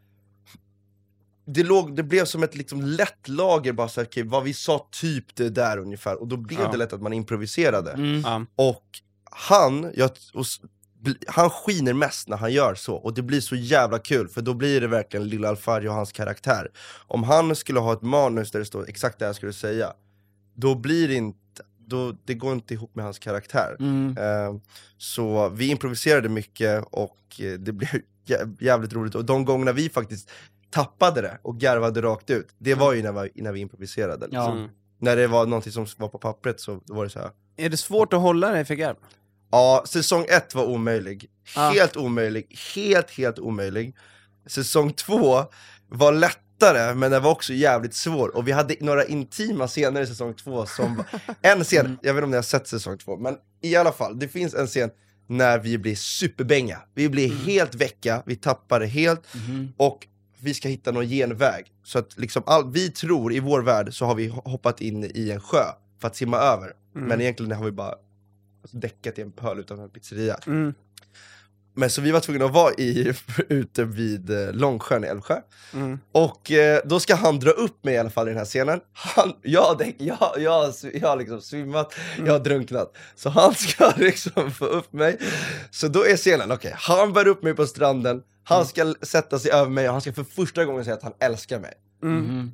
Det, låg, det blev som ett liksom lätt lager, bara så här, okej, vad vi sa typ det där ungefär, och då blev
Ja.
det lätt att man improviserade.
Ja.
Och han, jag, och, s- bl- han skiner mest när han gör så, och det blir så jävla kul, för då blir det verkligen Lilla Alfari och hans karaktär. Om han skulle ha ett manus där det står exakt det jag skulle säga, då blir det inte, då, det går inte ihop med hans karaktär.
Mm,
Eh, Så vi improviserade mycket och eh, det blev (laughs) jä- jävligt roligt. Och de gångerna vi faktiskt tappade det och garvade rakt ut, det var ju när vi, när vi improviserade. Liksom.
Mm.
När det var någonting som var på pappret så då var det så här.
Är det svårt att hålla dig för garv?
Ja, säsong ett var omöjlig.
Ah.
Helt omöjlig. Helt, helt omöjlig. Säsong två var lättare, men den var också jävligt svår. Och vi hade några intima scener i säsong två som... En scen, jag vet inte om ni har sett säsong två, men i alla fall, det finns en scen när vi blir superbänga. Vi blir helt väcka, vi tappar det helt, och vi ska hitta någon genväg. Så att liksom all, vi tror, i vår värld, så har vi ho- hoppat in i en sjö för att simma över.
Mm.
Men egentligen har vi bara alltså, däckat i en pöl utanför en pizzeria.
Mm.
Men så vi var tvungna att vara i, (laughs) ute vid eh, Långsjön i Älvsjö.
Mm.
Och eh, då ska han dra upp mig i alla fall i den här scenen. Han, jag, har däck- jag, jag, har sv- jag har liksom svimmat,
Mm.
jag har drunknat. Så han ska (laughs) liksom få upp mig. Så då är scenen, okej, han bär upp mig på stranden,
Mm.
han ska l- sätta sig över mig och han ska för första gången säga att han älskar mig.
Mm.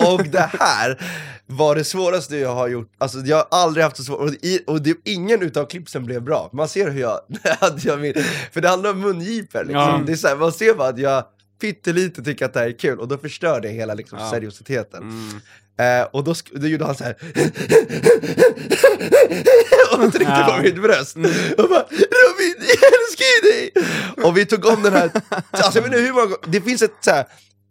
(laughs) och det här var det svåraste jag har gjort, alltså jag har aldrig haft så svårt, och, i, och det, ingen utav klippsen blev bra. Man ser hur jag, (laughs) att jag min, för det handlar om mungipor liksom.
Ja.
Det är så här, man ser bara att jag pyttelite tycker att det här är kul, och då förstör det hela liksom,
Ja. Mm.
seriositeten. Eh, och då, sk- då gjorde han så här (laughs) och tryckte på mitt bröst.
Mm.
Och bara “Robin, jag älskar ju dig!” Och vi tog om
(laughs)
den här, alltså jag vet inte hur många gånger- det finns ett så här,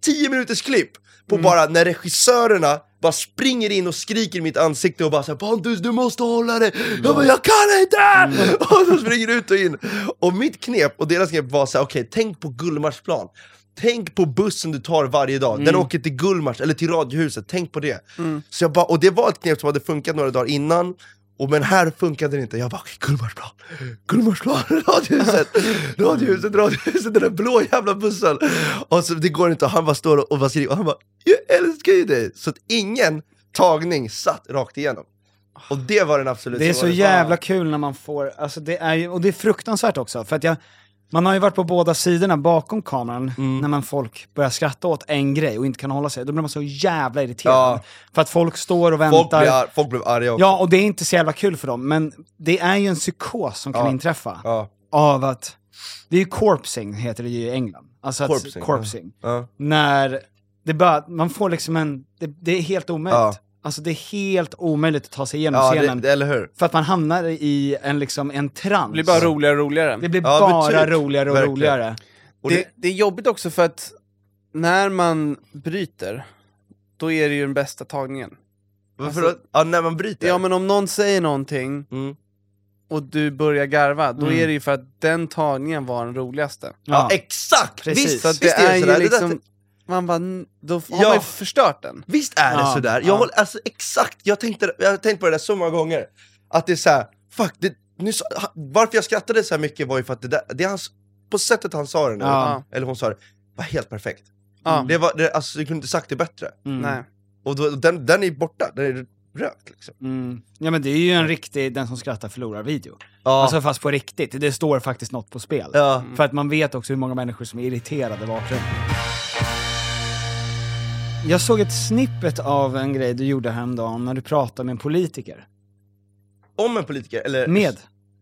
10 minuters klipp på bara när regissörerna bara springer in och skriker i mitt ansikte och bara såhär “Pontus, du måste hålla dig!” Jag bara “Jag kan inte!” (laughs) Och de springer ut och in. Och mitt knep och deras knep var såhär, okej tänk på Gullmarsplan. Tänk på bussen du tar varje dag, den åker till Gullmars eller till Radiohuset, tänk på det.
Mm.
Så jag bara, och det var ett knep som hade funkat några dagar innan, och men här funkade det inte. Jag bara, okej, Gullmarsplan, Gullmarsplan, (laughs) Radiohuset, Radiohuset, Radiohuset, den där blå jävla bussen. Och så det går inte, och han bara står och- och bara skriker, och han bara, jag älskar ju dig. Så att ingen tagning satt rakt igenom. Och det var den absolut
Det är så
svåraste.
jävla kul när man får, alltså det är ju, och det är fruktansvärt också, för att jag, man har ju varit på båda sidorna bakom kameran när man folk börjar skratta åt en grej och inte kan hålla sig, då blir man så jävla irriterad.
Ja.
För att folk står och
Folk
väntar.
blev, ar- folk blev arga också.
Ja, och det är inte så jävla kul för dem, men det är ju en psykos som kan
Ja.
inträffa
Ja.
av att, det är ju corpsing heter det ju i England. Alltså att,
Corpsing,
corpsing.
ja. Ja.
När det bara, man får liksom en, det, det är helt omöjligt.
Ja.
Alltså det är helt omöjligt att ta sig igenom
Ja, det,
scenen.
det, eller hur?
För att man hamnar i en, liksom, en trans.
Det blir bara roligare och roligare.
Det blir
Ja, men
bara
typ.
roligare och
Verkligen.
roligare.
Och det, det är jobbigt också för att när man bryter, då är det ju den bästa tagningen.
Varför då? ja, när man bryter?
Ja men om någon säger någonting, och du börjar garva, då
Mm.
är det ju för att den tagningen var den roligaste.
Ja, exakt! Visst,
Så att
visst
det är
sådär.
ju
där
liksom, man bara, n- då har man ju förstört den.
Visst är det
Ja,
sådär? Jag
ja.
håller, alltså, exakt, jag, tänkte, jag har tänkt på det där så många gånger. Att det är såhär, fuck, det, nu, sa- ha- varför jag skrattade så här mycket var ju för att det, där, det är hans, på sättet han sa det nu,
Ja.
eller hon sa det, var helt perfekt.
Ja.
Det var, det, alltså, du kunde inte sagt det bättre.
Mm. Nej.
Och då, den, den är borta, den är rökt liksom.
Mm. Ja men det är ju en riktig, den som skrattar förlorar-video.
Ja.
Alltså fast på riktigt, det står faktiskt något på spel.
Ja.
För att man vet också hur många människor som är irriterade bakgrund. Jag såg ett snippet av en grej du gjorde häromdagen när du pratade med en politiker.
Om en politiker, eller
Med?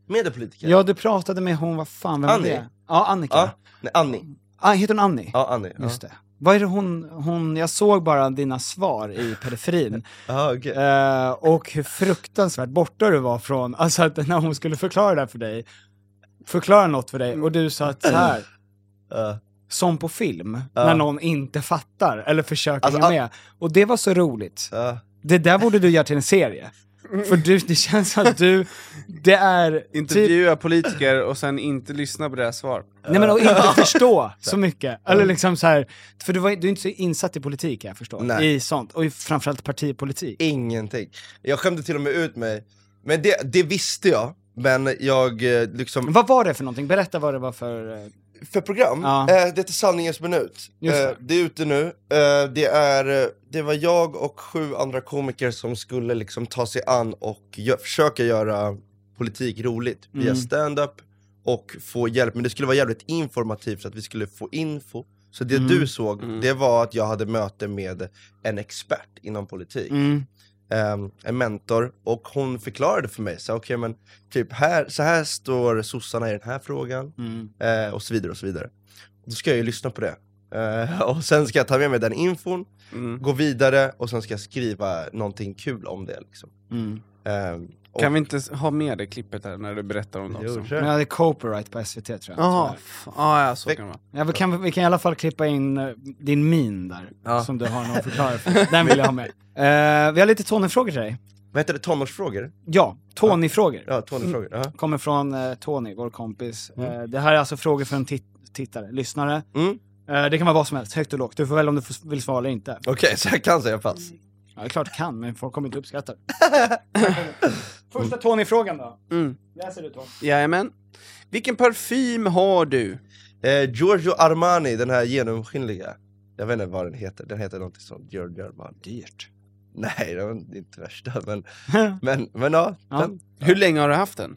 med en politiker.
Ja, du pratade med hon, vad fan, vem
Annie.
var det? Ja, Annika.
Ja. Nej, Annie.
Ah, heter hon Annie?
Ja, Annie.
Just
ja.
det. Vad är det hon, hon, jag såg bara dina svar i periferin.
Ja, okej.
Eh, och hur fruktansvärt borta du var från, alltså att när hon skulle förklara det här för dig, förklara något för dig, och du sa att så här, som på film, när någon inte fattar eller försöker hänga med. Och det var så roligt. Det där borde du göra till en serie. För du, det känns som att du, det är... Typ,
Intervjua politiker och sen inte lyssna på deras svar.
nej men och inte förstå så mycket. Eller liksom så här, för du, var, du är inte så insatt i politik jag förstår.
Nej.
I sånt, och i framförallt partipolitik.
Ingenting. Jag skämde till och med ut mig, men det, det visste jag. Men jag eh, liksom...
Vad var det för någonting? Berätta vad det var för... eh,
för program.
Ja.
Eh, det heter Sanningens minut.
Just det.
Eh, det är ute nu. Eh, det, är, eh, det var jag och sju andra komiker som skulle liksom ta sig an och gö- försöka göra politik roligt via
Mm.
stand-up och få hjälp. Men det skulle vara jävligt informativt så att vi skulle få info. Så det
Mm.
du såg,
Mm.
det var att jag hade möte med en expert inom politik
Mm.
ehm, en mentor, och hon förklarade för mig, så, här, okej men typ här, så här står sossarna i den här frågan,
Mm.
eh, och så vidare och så vidare. Då ska jag ju lyssna på det. Eh, (laughs) och sen ska jag ta med mig den infon,
Mm.
gå vidare, och sen ska jag skriva någonting kul om det. Liksom. Ehm, och-
Mm. Kan vi inte s- ha med det klippet här när du berättar om det
Jo,
också?
kör.
Men jag hade copyright på SVT tror jag.
Jaha,
tyvärr.
f- ja, ja, så kan det vara.
Ja, vi, kan, vi kan i alla fall klippa in eh, din min där,
Ja.
som du har någon förklaring för. Den vill jag ha med. Eh, vi har lite Tony-frågor till dig.
Vad heter det? Tonårsfrågor?
Ja, Tony-frågor.
Ja, Tony-frågor.
Mm.
ja.
Kommer från eh, Tony, vår kompis. Eh, det här är alltså frågor för en tit- tittare, lyssnare. Eh, det kan vara vad som helst, högt och lågt. Du får välja om du får- vill svara eller inte. Okej,
så jag kan säga pass?
Ja, det är klart du kan, men folk kommer inte uppskatta det. Första Tony-frågan då.
Mm.
Läser du Tony?
Jajamän. Vilken parfym har du?
Eh, Giorgio Armani, den här genomskinliga. Jag vet inte vad den heter, den heter någonting sånt, Giorgio Armani. Dyrt. Nej, det var inte värsta, men, men, men ja,
Ja.
Den,
Hur länge har du haft den?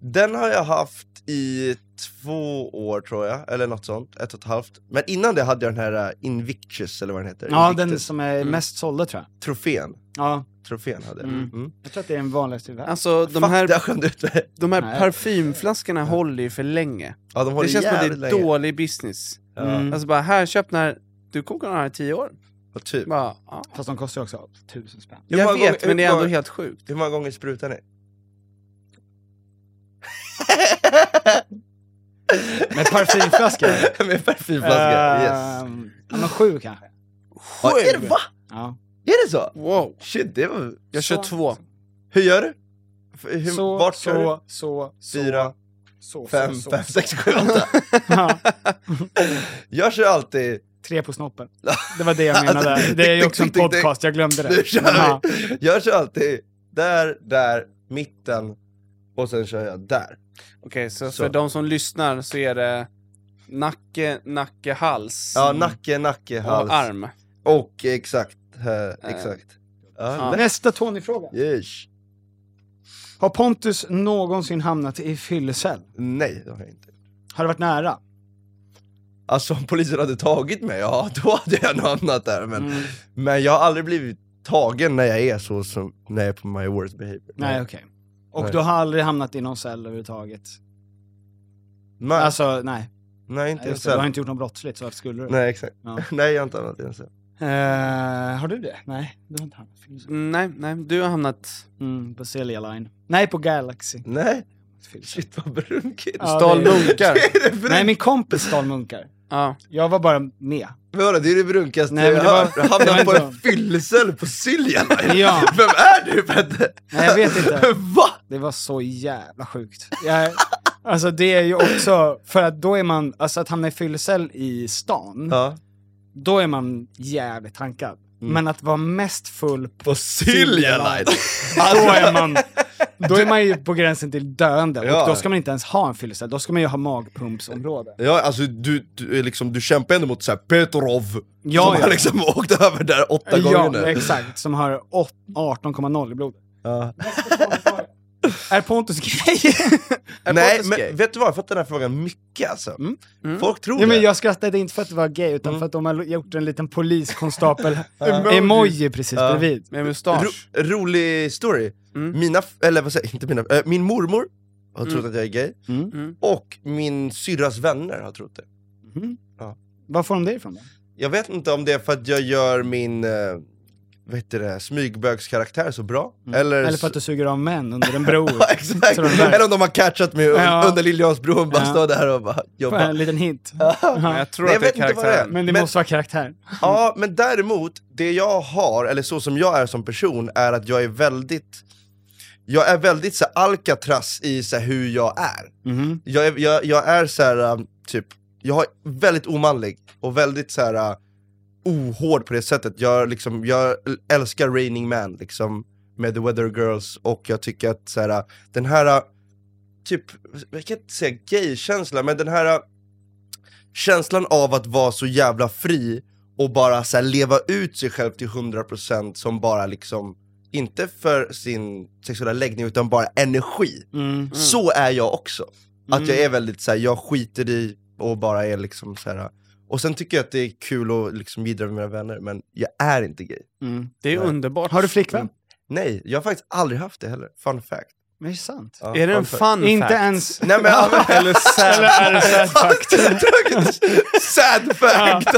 Den har jag haft i två år tror jag, eller något sånt, ett och ett halvt. Men innan det hade jag den här eh, Invictus, eller vad den heter.
Ja,
Invictus.
den som är
Mm.
mest sålda tror jag.
Trofén.
Ja.
Trofén hade jag.
Mm.
Mm.
Jag tror att det är den vanligaste i världen.
Alltså de
Fuck,
här,
jag skämde ut mig.
de här
Nej.
parfymflaskorna håller ju för länge.
Ja, de håller
det känns som att det är
jävligt länge.
dålig business.
Ja. Mm.
Alltså bara, här, köp den här. Du kommer kunna ha den här i tio år.
Ja, typ.
Bara, ja.
Fast de kostar ju också tusen spänn.
Jag vet, men det är ändå helt
sjukt. Hur många
(laughs)
gånger sprutar ni?
Med parfymflaska?
Med (laughs) parfymflaska, yes.
Ehm, ja, men sju kanske.
Ja, är det va?
Ja.
Är det så?
Wow.
Shit, det var...
Jag kör två.
Hur gör du? F- Hur,
Så,
vart kör
så,
du?
så, så.
Fyra,
så,
fem,
så, så,
fem,
så.
sex, sju, åtta. jag kör alltid...
(laughs) Tre på snoppen. Det var det
(laughs)
jag menade. Det är ju också en podcast, jag glömde det.
Nu kör
Ja.
vi. Jag kör alltid där, där, mitten och sen kör jag där.
Okej, så,
Så.
för de som lyssnar så är det nacke, nacke, hals.
Ja,
Mm.
nacke, nacke,
Och
hals.
arm.
Och exakt, eh, exakt. Ja, lätt.
Nästa Tony-fråga.
Yes.
Har Pontus någonsin hamnat i fyllecell?
Nej, det har jag inte.
Har det varit nära?
Alltså om polisen hade tagit mig, ja (laughs) då hade jag nog hamnat där. Men,
Mm.
men jag har aldrig blivit tagen när jag är så som, när jag är på my worst behavior.
Nej, okej. Och
Nej.
du har aldrig hamnat i någon cell överhuvudtaget?
Nej.
Alltså, nej.
Nej, inte
Nej, just
ens
det, Du har
själv.
inte gjort något brottsligt, så varför skulle du?
Nej, exakt.
Ja.
(laughs) Nej, jag har inte hamnat i en cell.
Eh, har du det? Nej, du har inte hamnat i fyllecell.
Mm, nej, nej, du har hamnat...
Mm, på Celia Line. Nej, på Galaxy.
Nej.
Shit
vad brunkigt.
Stal
(laughs)
munkar.
Nej, min kompis stal munkar.
Ja.
Jag var bara med.
Men vadå, det är det brunkaste
Nej, men
jag
det var- (laughs)
hört. Du
det var
hamnade på
inte
en
så.
fyllecell på Silja
(laughs)
Line.
Ja.
(laughs) Vem är du Petter?
Nej, jag vet inte.
(laughs) Va?
Det var så jävla sjukt. Jag, alltså det är ju också, för att då är man, alltså att hamna i fyllecell i stan, då är man jävligt tankad. Men att vara mest full på
Silja Line.
då är man, då är man ju på gränsen till döende.
Ja.
Och då ska man inte ens ha en fyllecell, då ska man ju ha magpumpsområde.
Ja, alltså du, du, är liksom, du kämpar ändå mot så här Petrov,
Ja,
som
ja.
har liksom åkt över där åtta gånger
Ja,
nu.
exakt. Som har åt- 18,0 i blodet.
Ja.
(laughs) Är Pontus
(laughs)
gay? Äh,
Nej, men vet du vad? Jag har fått den här frågan mycket alltså. Folk tror
Mm, Ja, men
det. Mm.
jag skrattade inte för att det var gay, utan för att de har gjort en liten
(laughs)
poliskonstapel-emoji precis
Ja.
bredvid.
Med mustasch.
Ro, rolig story.
Mm.
Mina, f- eller vad säger jag, inte mina, eh, min mormor har trott att jag är gay,
Mm.
och min syrras vänner har trott det. Ja.
Var får de det ifrån då?
Jag vet inte om det är för att jag gör min eh, vad heter det, smygbögskaraktär så bra, eller,
Mm. Eller för att du suger av män under en bro.
(laughs) Ja, exakt.
Så de där-
Eller om de har catchat mig un-
Ja.
under Liljeholmsbron, bara
Ja.
står där och bara
Får
jobbar.
jag En liten hint.
Jag tror
Nej,
att det är
jag vet inte vad det är.
karaktären.
Men det
Men-
måste vara karaktär.
Ja, men däremot, det jag har, eller så som jag är som person, är att jag är väldigt jag är väldigt så här, Alcatraz i så här, hur jag är.
Mhm,
Jag är, jag, jag är så här, um, typ, jag är väldigt omanlig och väldigt så här uh, ohård på det sättet. Jag, liksom, jag älskar Raining Man liksom, med The Weather Girls och jag tycker att så här, uh, den här, uh, typ, jag kan inte säga gay-känslan, men den här uh, känslan av att vara så jävla fri och bara så här, leva ut sig själv till 100% som bara liksom, inte för sin sexuella läggning utan bara energi.
mm,
Så är jag också. Att jag är väldigt så här, jag skiter i och bara är liksom så här. Och sen tycker jag att det är kul att liksom jiddra med mina vänner, men jag är inte gay.
mm. Det är
Nej.
underbart. Mm.
Har du flickvän?
Nej, jag har faktiskt aldrig haft det heller. Fun fact.
Men det är sant.
Ja,
Är det en fun
Inte
fact?
ens...
Nej, men, ja,
(laughs)
men, (laughs)
Eller sad?
Eller är det sad fact?
sad fact! (laughs)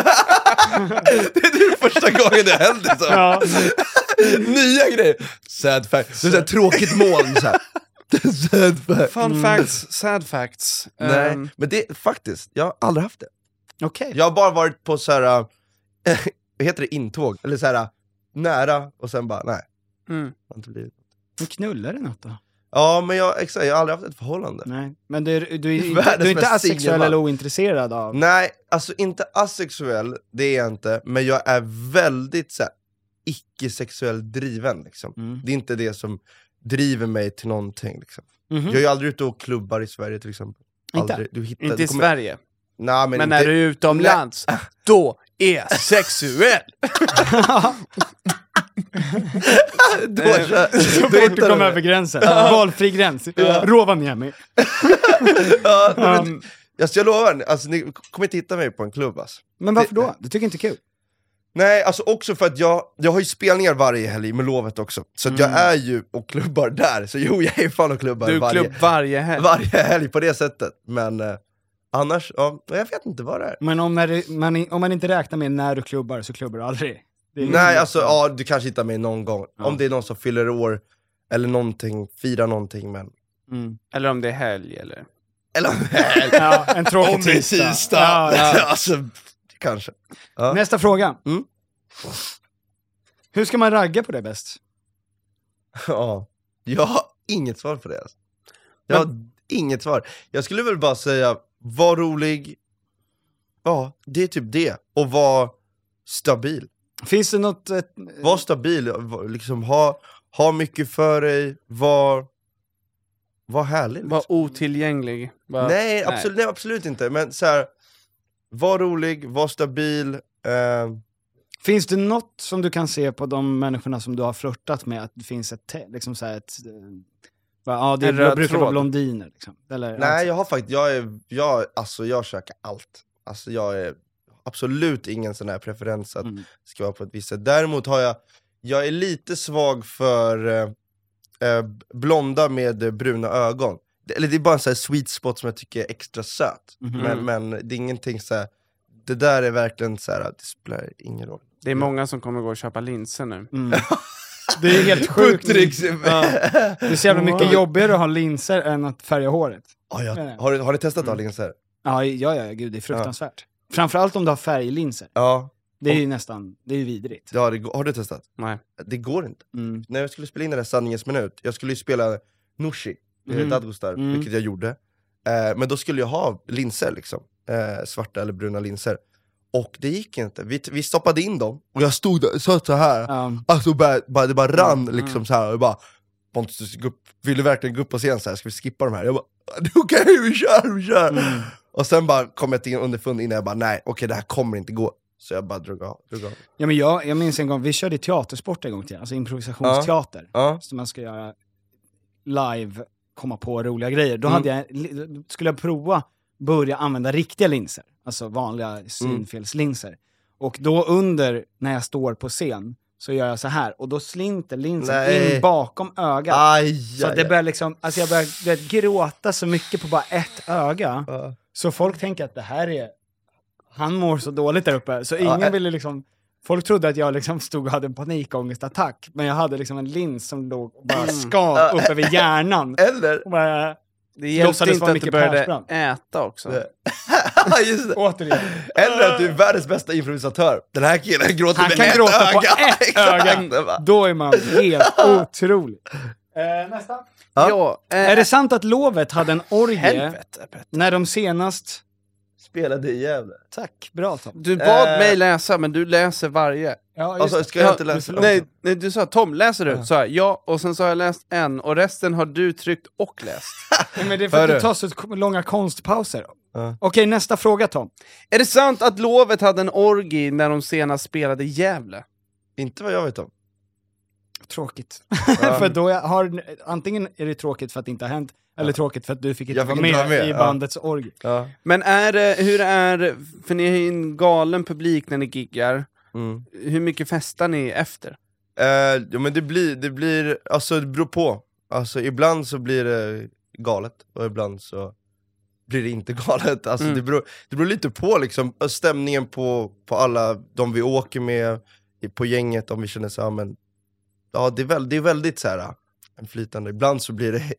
det är typ första gången det händer så.
Ja.
(laughs) Nya grejer! Sad fact. Det är så här tråkigt moln så här. (laughs) Sad fact.
Fun facts, sad facts.
Nej,
Ehm,
men det faktiskt, jag har aldrig haft det.
Okej.
Jag har bara varit på så här, (laughs) äh, heter det intåg? Eller så här äh, nära och sen bara nej.
Mm.
Det har inte blivit något.
Men knullar du något då?
Ja, men jag, exakt, jag har aldrig haft ett förhållande.
Nej. Men du, du, du, är inte-
Världens
du är inte
mest
asexuell
singelman.
eller ointresserad av...
Nej, alltså inte asexuell, det är jag inte, men jag är väldigt så här, icke-sexuell driven. Liksom.
Mm.
Mm.
Det är inte det som driver mig till någonting. Liksom.
Mhm.
Jag är ju aldrig ute och klubbar i Sverige till exempel.
Inte?
Aldrig. Du hittar,
Inte
du
i
kommer-
Sverige.
Nej, men
Men, när
inte-
du är utomlands, Äh, då är sexuell!
(laughs) då,
Eh, Så
då
fort du
hittar
kommer
mig.
över gränsen.
Ja.
Valfri gräns.
Ja.
Rovaniemi.
Ja, nej, men, alltså, jag lovar, alltså, ni kommer inte hitta mig på en klubb. Alltså.
Men varför då? Du tycker inte det är kul?
Nej, alltså också för att jag, jag har ju spelningar varje helg med lovet också, så att
Mm.
jag är ju och klubbar där, så jo jag är fan och klubbar
Du är
varje,
klubb varje helg.
varje helg på det sättet. Men eh, annars, ja, jag vet inte vad det är.
Men om, när du, man, om man inte räknar med när du klubbar så klubbar du aldrig. Det är- liksom-
Nej, alltså ja, du kanske hittar mig någon gång, om det är någon som fyller år eller någonting, firar någonting men...
Eller om det är helg eller...
Eller om det är
(laughs)
helg.
Ja, en tråkig
Om det är
tisdag.
tisdag. (laughs)
Ja, ja.
Alltså, kanske. Ja.
Nästa fråga.
Mm.
Hur ska man ragga på det bäst?
Ja, jag har inget svar på det. Alltså. Jag har inget svar. Jag skulle väl bara säga, var rolig. Ja, det är typ det. Och var stabil.
Finns det något...
Var stabil, var- liksom ha, ha mycket för dig, var, var härlig. Liksom.
Var otillgänglig. Bara-
Nej, absolut, nej. absolut inte. Men så här, var rolig, var stabil. Eh,
Finns det något som du kan se på de människorna som du har flörtat med, att det finns ett... te- Liksom så här ett eh, va- ja, det
En röd
brukar vara
tråd.
blondiner. Liksom. Eller,
Nej, jag har faktiskt, jag är, jag, alltså jag käkar allt. Alltså jag är absolut ingen sån här preferens att det ska vara på ett visst sätt. Däremot har jag, jag är lite svag för eh, eh, blonda med eh, bruna ögon. Det, eller det är bara en sån här sweet spot som jag tycker är extra söt.
Mhm.
Men, men det är ingenting så här. det där är verkligen så här, det spelar ingen roll.
Det är många som kommer gå och köpa linser nu.
mm.
(laughs)
Det är helt sjukt.
Buttricks.
Ja. Det är så jävla mycket
Wow.
jobbigare att ha linser än att färga håret.
(laughs) Ja, jag, har, du- har du testat att ha linser?
Ja, ja, ja, gud det är fruktansvärt. Framförallt om du har färglinser.
Ja.
Det är ju nästan, det är ju vidrigt.
Ja, det, går- har du testat?
Nej.
Det går inte.
Mm.
När jag skulle spela in den här sanningens minut, jag skulle ju spela Nooshi,
Mm.
mm. Dadgostar,
Mm.
vilket jag gjorde. Eh, men då skulle jag ha linser, liksom. Eh, svarta eller bruna linser. Och det gick inte. Vi, vi stoppade in dem, och jag stod där, satt så här. Alltså, bara, bara, det bara rann
Mm.
liksom så här. Och jag bara, Pontus, gå upp. vill du verkligen gå upp på scen så här? Ska vi skippa de här? Jag bara, "Ah, okej (laughs) vi kör, vi kör!
Mm.
Och sen bara kom jag till underfund innan, jag bara, nej okej det här kommer inte gå. Så jag bara drog av. Drog av.
Ja, men jag, jag minns en gång, vi körde teatersport en gång till, alltså improvisationsteater. Så man ska göra live, komma på roliga grejer. Då
Mm.
hade jag, li- skulle jag prova börja använda riktiga linser, alltså vanliga synfelslinser. Och då under, när jag står på scen, så gör jag så här och då slinter linsen
Nej.
in bakom ögat.
Aj,
så att
aj,
det
aj.
börjar liksom, alltså jag börjar du vet, gråta så mycket på bara ett öga. Så folk tänker att det här är, han mår så dåligt där uppe. Så
Ja,
ingen
ä-
ville liksom, folk trodde att jag liksom stod och hade en panikångestattack. Men jag hade liksom en lins som låg och bara
Mm.
skav uppe vid
(laughs)
hjärnan.
Eller?
Och bara,
Det hjälpte
låtsades
inte
vara
att du
Micke
började
Persbrandt.
äta också.
Nej. Just det.
Återigen.
Eller att du är världens bästa improvisatör. Den här killen gråter
Han
med
kan
ett
gråta på
öga.
ett
(laughs) Exakt. Det
öga.
var-
Då är man
(laughs)
helt otrolig. Eh, nästa.
Ja, eh,
Är det sant att lovet hade en orgie
Helvete Petter.
när de senast...
Spelade i Gävle.
Tack, bra Tom.
Du bad
Eh.
mig läsa, men du läser varje.
Ja, just
Alltså,
det.
ska jag inte läsa?
Nej, nej, du sa Tom, läser du? Sa jag, ja, och sen så har jag läst en, och resten har du tryckt och läst.
Nej, men det är för att
Hörru.
du tar så k- långa konstpauser.
Ja.
Okej, nästa fråga Tom.
Är det sant att Lovet hade en orgi när de senast spelade i Gävle?
Inte vad jag vet om.
Tråkigt. (laughs) för då är- har, antingen är det tråkigt för att det inte har hänt, eller tråkigt för att du fick inte
Jag fick
vara
inte
med,
vara med,
i
ja.
bandets orgie.
Ja.
Men är det, hur är, för ni har ju en galen publik när ni giggar,
Mm.
hur mycket festar ni efter?
Eh, jo, men det blir, det blir, alltså det beror på. Alltså ibland så blir det galet och ibland så blir det inte (laughs) galet. Alltså
Mm.
det, beror, det beror lite på liksom stämningen på, på alla de vi åker med, i- på gänget om vi känner så här, men ja det är, väl, det är väldigt så här eh, en flytande, ibland så blir det (laughs)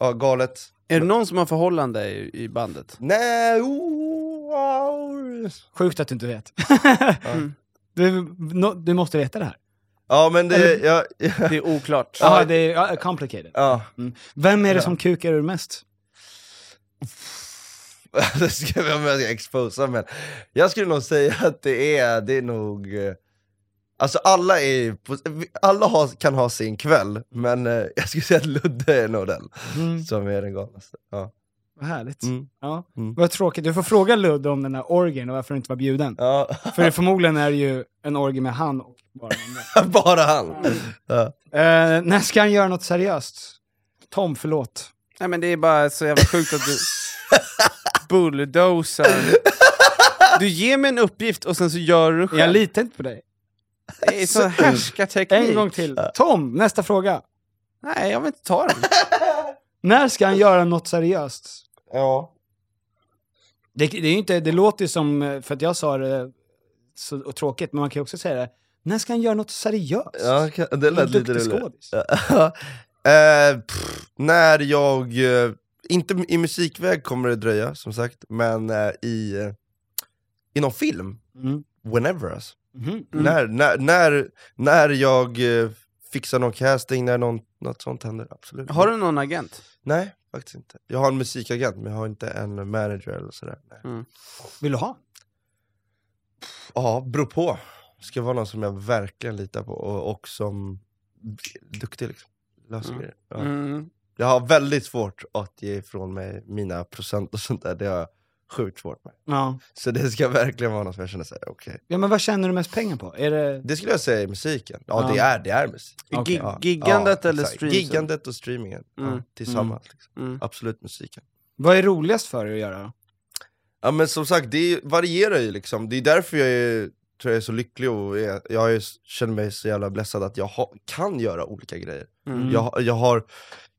ja, galet.
Är det någon som har förhållande i, i bandet?
Nej, oh, wow.
(laughs) Sjukt att du inte vet. du, nå- du måste veta det här.
Ja men det,
Eller-
ja, (laughs)
Det är oklart. Ja, det är ja, complicated.
Ja.
Mm. Vem är det
Ja.
som kukar ur mest?
(laughs) det ska vi om jag ska exposa men jag skulle nog säga att det är, det är nog... eh, Alltså alla är ju på, alla har, kan ha sin kväll, men eh, jag skulle säga att Ludde är nog den som är den galnaste. Ja.
Vad härligt.
Mm.
Ja.
Mm.
Vad tråkigt. Du får fråga Ludde om den här orgien och varför du inte var bjuden. För förmodligen är det ju en orgie med han och bara han.
(laughs) bara han? Ja.
Eh, när ska han göra något seriöst? Tom, förlåt.
Nej men det är bara så jävla
(laughs)
sjukt att du... Bulldozer. Du ger mig en uppgift och sen så gör du det själv.
Jag litar inte på dig.
Det är så härskarteknik.
En gång till. Tom, nästa fråga.
Nej, jag vill inte ta den.
När ska han göra något seriöst?
Ja.
Det, det, är ju inte, det låter ju som, eh, för att jag sa det så och tråkigt, men man kan ju också säga det. När ska han göra något seriöst?
Ja, kan- det lät
Duktig
lite
skådis.
roligt. (laughs) Eh, pff, när jag, eh, inte i musikväg kommer det dröja som sagt, men eh, i, eh, i någon film, whenever alltså.
Mm. Mhm.
När, när, när, när jag eh, fixar någon casting, när någon, något sånt händer, absolut.
Har du någon agent?
Nej, faktiskt inte. Jag har en musikagent, men jag har inte en manager eller sådär. Nej.
Vill du ha?
Ja, beror på. Det ska vara någon som jag verkligen litar på och, och som är duktig liksom. Löser
Mm.
grejer. Ja.
Mm.
Jag har väldigt svårt att ge ifrån mig mina procent och sånt där. Det har jag sjukt svårt med.
Ja.
Så det ska verkligen vara något som jag känner såhär, okej.
ja, men vad tjänar du mest pengar på? Är det...
Det skulle jag säga är musiken. Ja,
Ja.
det är, det är musik.
Okej.
Ja,
Giggandet eller
exakt.
streamingen?
Giggandet och streamingen.
Mm.
Ja, tillsammans.
Mm.
Liksom. Absolut musiken.
Vad är roligast för dig att göra?
Ja men som sagt, det varierar ju liksom. Det är därför jag är, tror jag är så lycklig och är, jag är, känner mig så jävla blessad att jag ha, kan göra olika grejer.
Mm.
Jag, har- jag har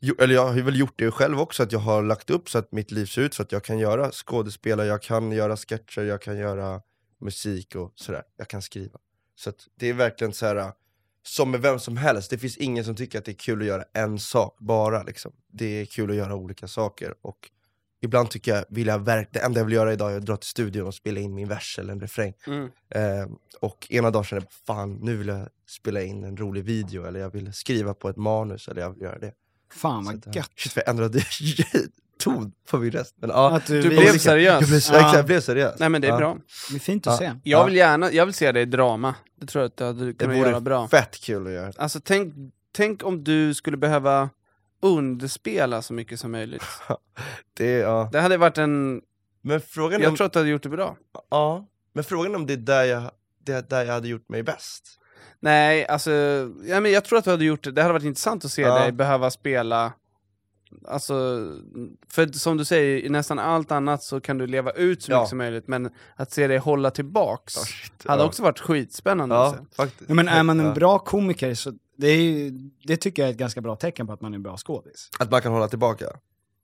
jo- eller jag har väl gjort det själv också, att jag har lagt upp så att mitt liv ser ut så att jag kan göra skådespela, jag kan göra sketcher, jag kan göra musik och sådär. Jag kan skriva. Så att det är verkligen så här äh, som med vem som helst, det finns ingen som tycker att det är kul att göra en sak bara. Liksom. Det är kul att göra olika saker. Och ibland tycker jag, vill jag verk- det enda jag vill göra idag är att dra till studion och spela in min vers eller en refräng.
Mm.
Eh, och ena dagen känner jag, fan nu vill jag spela in en rolig video, eller jag vill skriva på ett manus, eller jag vill göra det.
Fan vad
gött. Shit vad jag ändrade (laughs) ton på min röst. Men, ja,
Att du
det
vill-
var
blev
olika.
seriös.
Jag blev,
Ja.
exakt, jag blev seriös.
Nej, men det är
Ja.
bra.
Det är fint att
Ja.
se.
Ja.
Jag vill gärna, jag vill se dig i drama. Det tror jag att du hade
Det
kunnat göra
vore
bra.
fett kul att göra.
Alltså tänk, tänk om du skulle behöva underspela så mycket som möjligt.
Det, ja.
Det hade varit en...
Men frågan
jag
om-
tror att du hade gjort det bra.
Ja, men frågan är om det är där jag, det är där jag hade gjort mig bäst.
Nej, alltså, ja, men jag tror att du hade gjort det. Det hade varit intressant att se
Ja.
dig behöva spela, alltså, för som du säger, i nästan allt annat så kan du leva ut så
Ja.
mycket som möjligt, men att se dig hålla tillbaks hade
ja.
också varit skitspännande.
Ja,
att se.
faktiskt.
Ja, men är man en
Ja.
bra komiker så det, är ju, det tycker jag är ett ganska bra tecken på att man är en bra skådis.
Att man kan hålla tillbaka.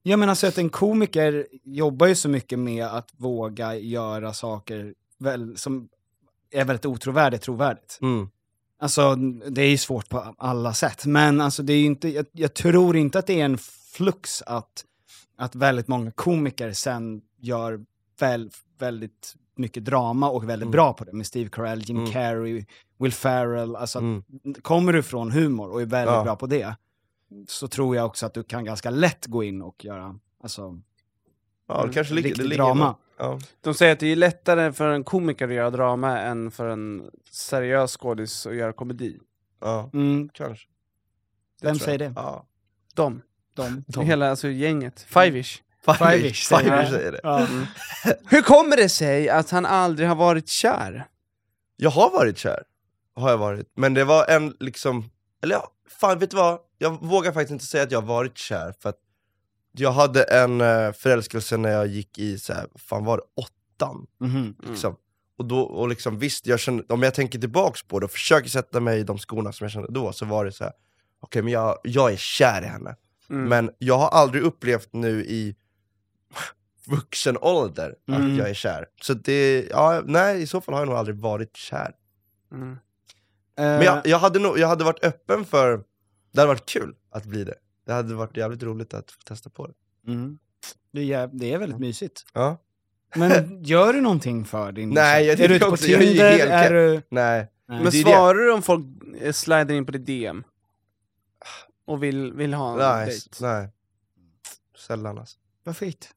Jag menar så att en komiker jobbar ju så mycket med att våga göra saker väl, som är väldigt otrovärdigt trovärdigt.
Mm.
Alltså det är ju svårt på alla sätt, men alltså det är ju inte, jag, jag tror inte att det är en flux att, att väldigt många komiker sen gör väl, väldigt mycket drama och väldigt bra på det med Steve Carell, Jim
Mm.
Carrey, Will Ferrell, alltså att
Mm.
kommer du från humor och är väldigt
Ja.
bra på det, så tror jag också att du kan ganska lätt gå in och göra, alltså,
Ja, det
Mm.
kanske ligger, det
Riktigt
ligger
drama.
Ja.
De säger att det är lättare för en komiker att göra drama än för en seriös skådis att göra komedi.
Ja,
Mm.
kanske.
Vem
tror
säger
jag.
det?
Ja.
De.
(laughs)
De.
Hela alltså, gänget. Five-ish.
Five-ish säger
Five-ish
det.
säger det.
Ja.
Mm. Hur kommer det sig att han aldrig har varit kär?
Jag har varit kär, har jag varit. Men det var en liksom, eller ja, fan vet du vad? Jag vågar faktiskt inte säga att jag har varit kär, för att jag hade en eh, förälskelse när jag gick i, så här, fan var det, åttan?
Mhm.
Liksom. Och, då, och liksom, visst, jag kände, om jag tänker tillbaks på det och försöker sätta mig i de skorna som jag kände då, så var det så här. okej men jag, jag är kär i henne.
Mm.
Men jag har aldrig upplevt nu i vuxen ålder att
Mm.
jag är kär. Så det, ja, nej i så fall har jag nog aldrig varit kär.
Eh,
Men jag, jag, hade nog, jag hade varit öppen för, det hade varit kul att bli det. Det hade varit jävligt roligt att få testa på det.
Mm. Det, är, det är väldigt mysigt.
Ja.
Men gör du någonting för din...
Nej, jag
är du
tycker
ute på
också- jag är ju
Tinder?
helt
Är
kär.
du...
Nej.
Men
Det är det.
svarar du om folk eh, slider in på ditt DM? Och vill, vill ha en
Nej,
dejt?
nej. Sällan alltså.
Varför inte?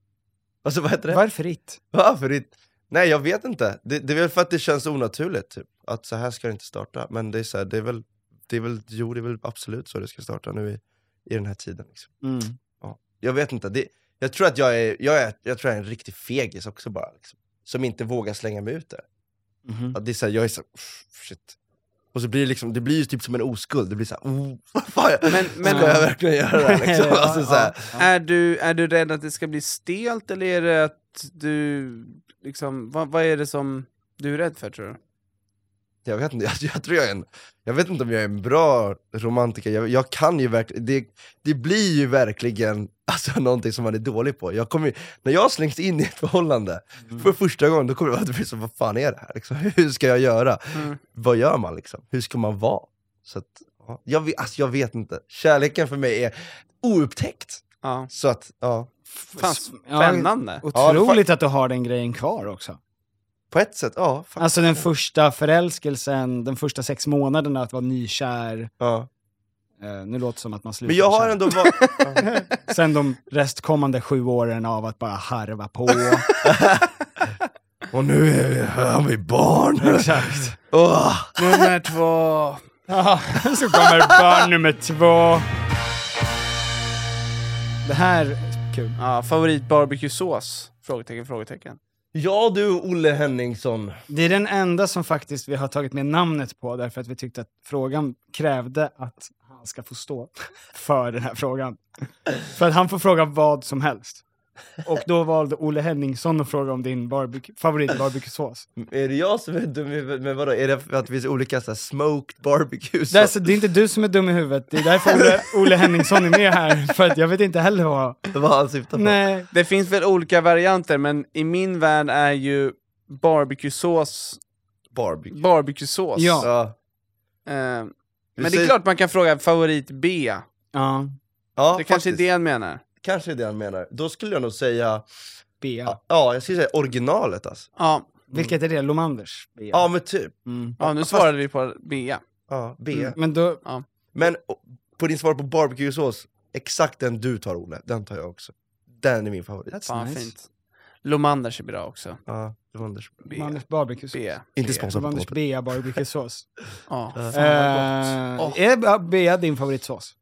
Alltså vad heter det?
Varför inte?
Varför inte? Nej jag vet inte. Det, det är väl för att det känns onaturligt, typ. Att så här ska det inte starta. Men det är så här, det är väl, det är väl, jo det är väl absolut så det ska starta nu i, i den här tiden. Liksom.
Mm.
Ja. Jag vet inte, det, jag tror att jag är, jag, är, jag tror jag är en riktig fegis också bara. Liksom. Som inte vågar slänga mig ut där.
Mhm.
Att det är så här, jag är så här, "Uff, shit. Och så blir det liksom, det blir ju typ som en oskuld, det blir så här, oh, (laughs) vad fan, men, ska jag verkligen göra det (laughs) här liksom? alltså, så här.
Är, du, är du rädd att det ska bli stelt, eller är det att du... Liksom, vad, vad är det som du är rädd för tror du?
Jag vet inte, (laughs) jag, jag tror jag är en, jag vet inte om jag är en bra romantiker, jag, jag kan ju verkligen, det, det blir ju verkligen (laughs) alltså, någonting som man är dålig på. Jag kommer, ju- när jag slängs in i ett förhållande, för första gången, då kommer jag att bli så, vad fan är det här? Liksom, (laughs) hur ska jag göra? Vad gör man liksom? Hur ska man vara? Så att, ja, jag, vet- alltså, jag vet inte, kärleken för mig är oupptäckt. Så att, ja.
Fan, spännande.
Otroligt att du har den grejen kvar också.
På ett sätt, ja. faktiskt.
Alltså den första förälskelsen, den första sex månaderna att vara nykär. eh,
Ja.
nu låter det som att man slutar
Men jag har
kär.
ändå varit...
Sen de restkommande sju åren av att bara harva
(laughs)
på.
Och nu är vi här med barn. (laughs)
Exakt.
Åh.
Nummer två.
Ja, så kommer barn nummer två. Det här är kul.
Ja, favorit barbecuesås? Frågetecken, frågetecken.
Ja du, Olle Henningsson.
Det är den enda som faktiskt vi har tagit med namnet på därför att vi tyckte att frågan krävde att han ska få stå (laughs) för den här frågan. För att han får fråga vad som helst. Och då valde Olle Henningsson att fråga om din barbecue, favoritbarbecuesås.
Är det jag som är dum i huvudet? Men vadå, är det för att det finns olika så här, smoked barbecues?
Det är, alltså, det är inte du som är dum i huvudet, det är därför Olle, Olle Henningsson är med här. För att jag vet inte heller vad...
(laughs) Vad han syftar på?
Nej.
Det finns väl olika varianter, men i min värld är ju barbecuesås
Barbecue.
barbecuesås.
Ja.
Eh, men
Du
det är
säger-
klart man kan fråga favorit B.
Ja.
Ja,
det kanske är
faktiskt.
det han menar.
Kanske är det han menar. Då skulle jag nog säga,
B.
ja jag skulle säga originalet alltså.
Ja,
Vilket är det? Lomanders? B.
Ja men typ.
Mm.
ja nu svarade vi på B.
Ja, B.
Mm, Men då,
Ja.
Men o- på din svar på barbecuesås, exakt den du tar Olle, den tar jag också. Den är min favorit.
that's
Fan,
nice.
fint. Lomanders är bra också.
Ja, det var Anders.
B.
Lomanders barbecue.
B.
Inte
B.
sponsrad på
Lomanders
båten.
B barbecuesås.
Ja, fan
Eh,
vad gott.
Är bea din favoritsås?
Eh,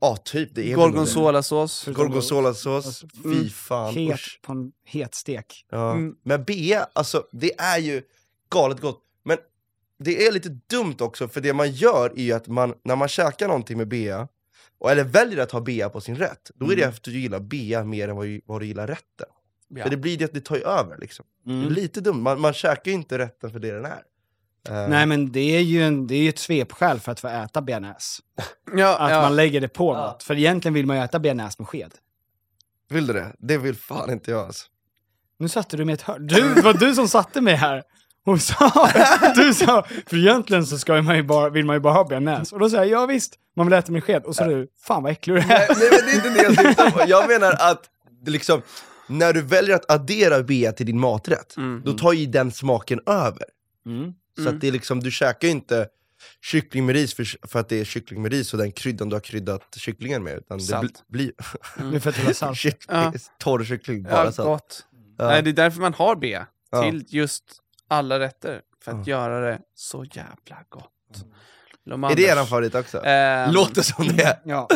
Ja typ, det är väl det.
Gorgonzolasås.
Gorgonzolasås, fy
Mm.
fan.
Het,
usch.
på en het stek.
Ja.
Mm.
Men B, alltså det är ju galet gott. Men det är lite dumt också, för det man gör är ju att man, när man käkar någonting med bea, och, eller väljer att ha bea på sin rätt, då är det att du gillar bea mer än vad, du- vad du gillar rätten.
Ja.
För det blir det att det tar ju över liksom. Det
Mm.
är lite dumt, man, man käkar ju inte rätten för det den är. Eh,
Nej men det är ju en, det är ju ett svepskäl för att få äta bearnaise.
Ja,
Att
ja.
man lägger det på något. För egentligen vill man ju äta bearnaise med sked.
Vill du det? Det vill fan inte jag alltså.
Nu satte du mig i ett hörn. (laughs) Du, det var du som satte mig här. Hon sa, (laughs) du sa, för egentligen så ska man ju bara, vill man ju bara ha bearnaise. Och då sa jag, ja visst, man vill äta med sked. Och så du, fan vad äcklig du
Nej,
är.
nej men det är inte det jag syftar på. Jag menar att liksom, när du väljer att addera bea till din maträtt,
Mm,
då tar ju den smaken över.
Mm.
Så att det är liksom, du käkar ju inte kyckling med ris för, för att det är kyckling med ris och den kryddan du har kryddat kycklingen med. Utan det bli,
Salt.
blir
Nu för att du har salt.
(laughs) kyckling,
Ja.
torr kyckling, bara
Ja,
salt.
gott.
Ja.
Nej, det är därför man har B.
Ja.
Till just alla rätter. För att
Ja. Mm.
göra det så jävla gott.
Är
Lomanders.
det eran favorit också?
Ehm,
Låter som det! är.
Ja.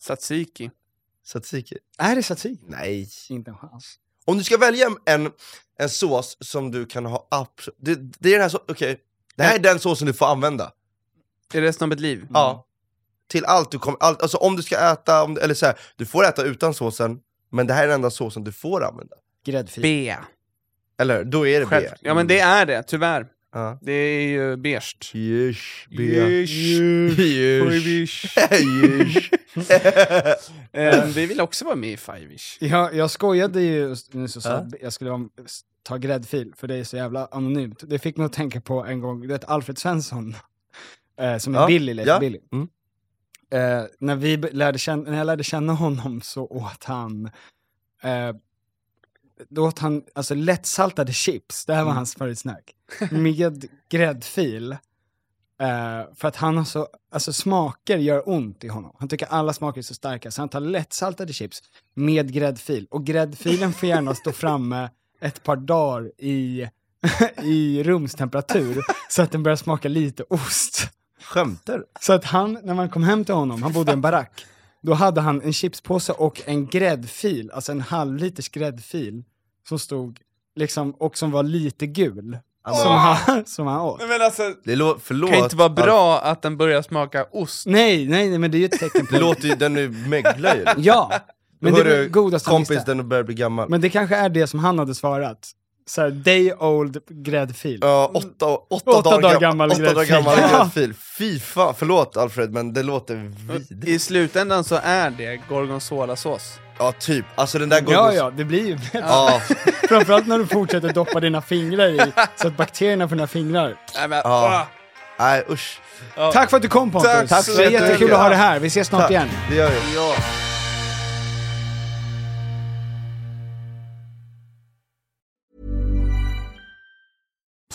Tzatziki.
Tzatziki?
Är det satin?
Nej.
Inte en chans.
Om du ska välja en, en sås som du kan ha absolut... Det, det är den här såsen, okej. Det här är den såsen du får
Mm.
använda.
I resten av mitt liv.
Ja. Till allt du kommer... Allt, alltså om du ska äta, om, eller så här, du får äta utan såsen, men det här är den enda såsen du får använda.
Gräddfil.
B.
Eller hur? Då är det
Själv.
B. Mm.
Ja men det är det, tyvärr.
Ja.
Det är ju beige.
Yes, B.
Yes.
(laughs) Yes.
(laughs)
Yes.
Ehm, vi vill också vara med i Five-ish.
Jag, jag skojade ju nu så, så att jag skulle vara- ta gräddfil, för det är så jävla anonymt. Det fick mig att tänka på en gång, du vet Alfred Svensson, eh, som är
Ja,
Billy, Leif
ja.
Billy.
Mm.
Eh, när, vi b- lärde känna, när jag lärde känna honom så åt han eh, då åt han alltså, lättsaltade chips, det här var hans favoritsnack, med gräddfil. Eh, för att han har så, alltså smaker gör ont i honom. Han tycker alla smaker är så starka, så han tar lättsaltade chips med gräddfil. Och gräddfilen får gärna stå framme ett par dagar i, (laughs) i rumstemperatur, så att den börjar smaka lite ost.
Skämtar
Så att han, när man kom hem till honom, han bodde i en barack, då hade han en chipspåse och en gräddfil, alltså en halvliters gräddfil, som stod liksom, och som var lite gul. Alltså, Som,
Åh!
han, som han åt.
Nej, men alltså,
Det lå- förlåt.
kan inte vara bra att den börjar smaka ost.
Nej, nej, nej men det är ju ett tecken på...
Det låter ju, den är ju möglar ju.
(laughs) Ja, men
Då
det
hör
är
du,
godast han
Kompis,
visste.
den börjar bli gammal.
Men det kanske är det som han hade svarat. Såhär, day old gräddfil.
Ja, åtta, åtta, dagar,
dagar
gam-
gammal
åtta dagar
gräddfil.
gammal
Ja.
gräddfil. Fy fan, förlåt Alfred men det låter vidrigt.
I slutändan så är det gorgonzola-sås.
Ja typ, alltså den där går...
Ja, ja, det blir ju bättre.
Ja.
(laughs) Framförallt när du fortsätter doppa dina fingrar i, så att bakterierna får dina fingrar.
Nej, men,
ja. Nej usch.
Tack för att du kom Pontus!
Tack så
det var jättekul
jättemycket.
att ha det här, vi ses snart
Tack.
igen.
Det gör vi.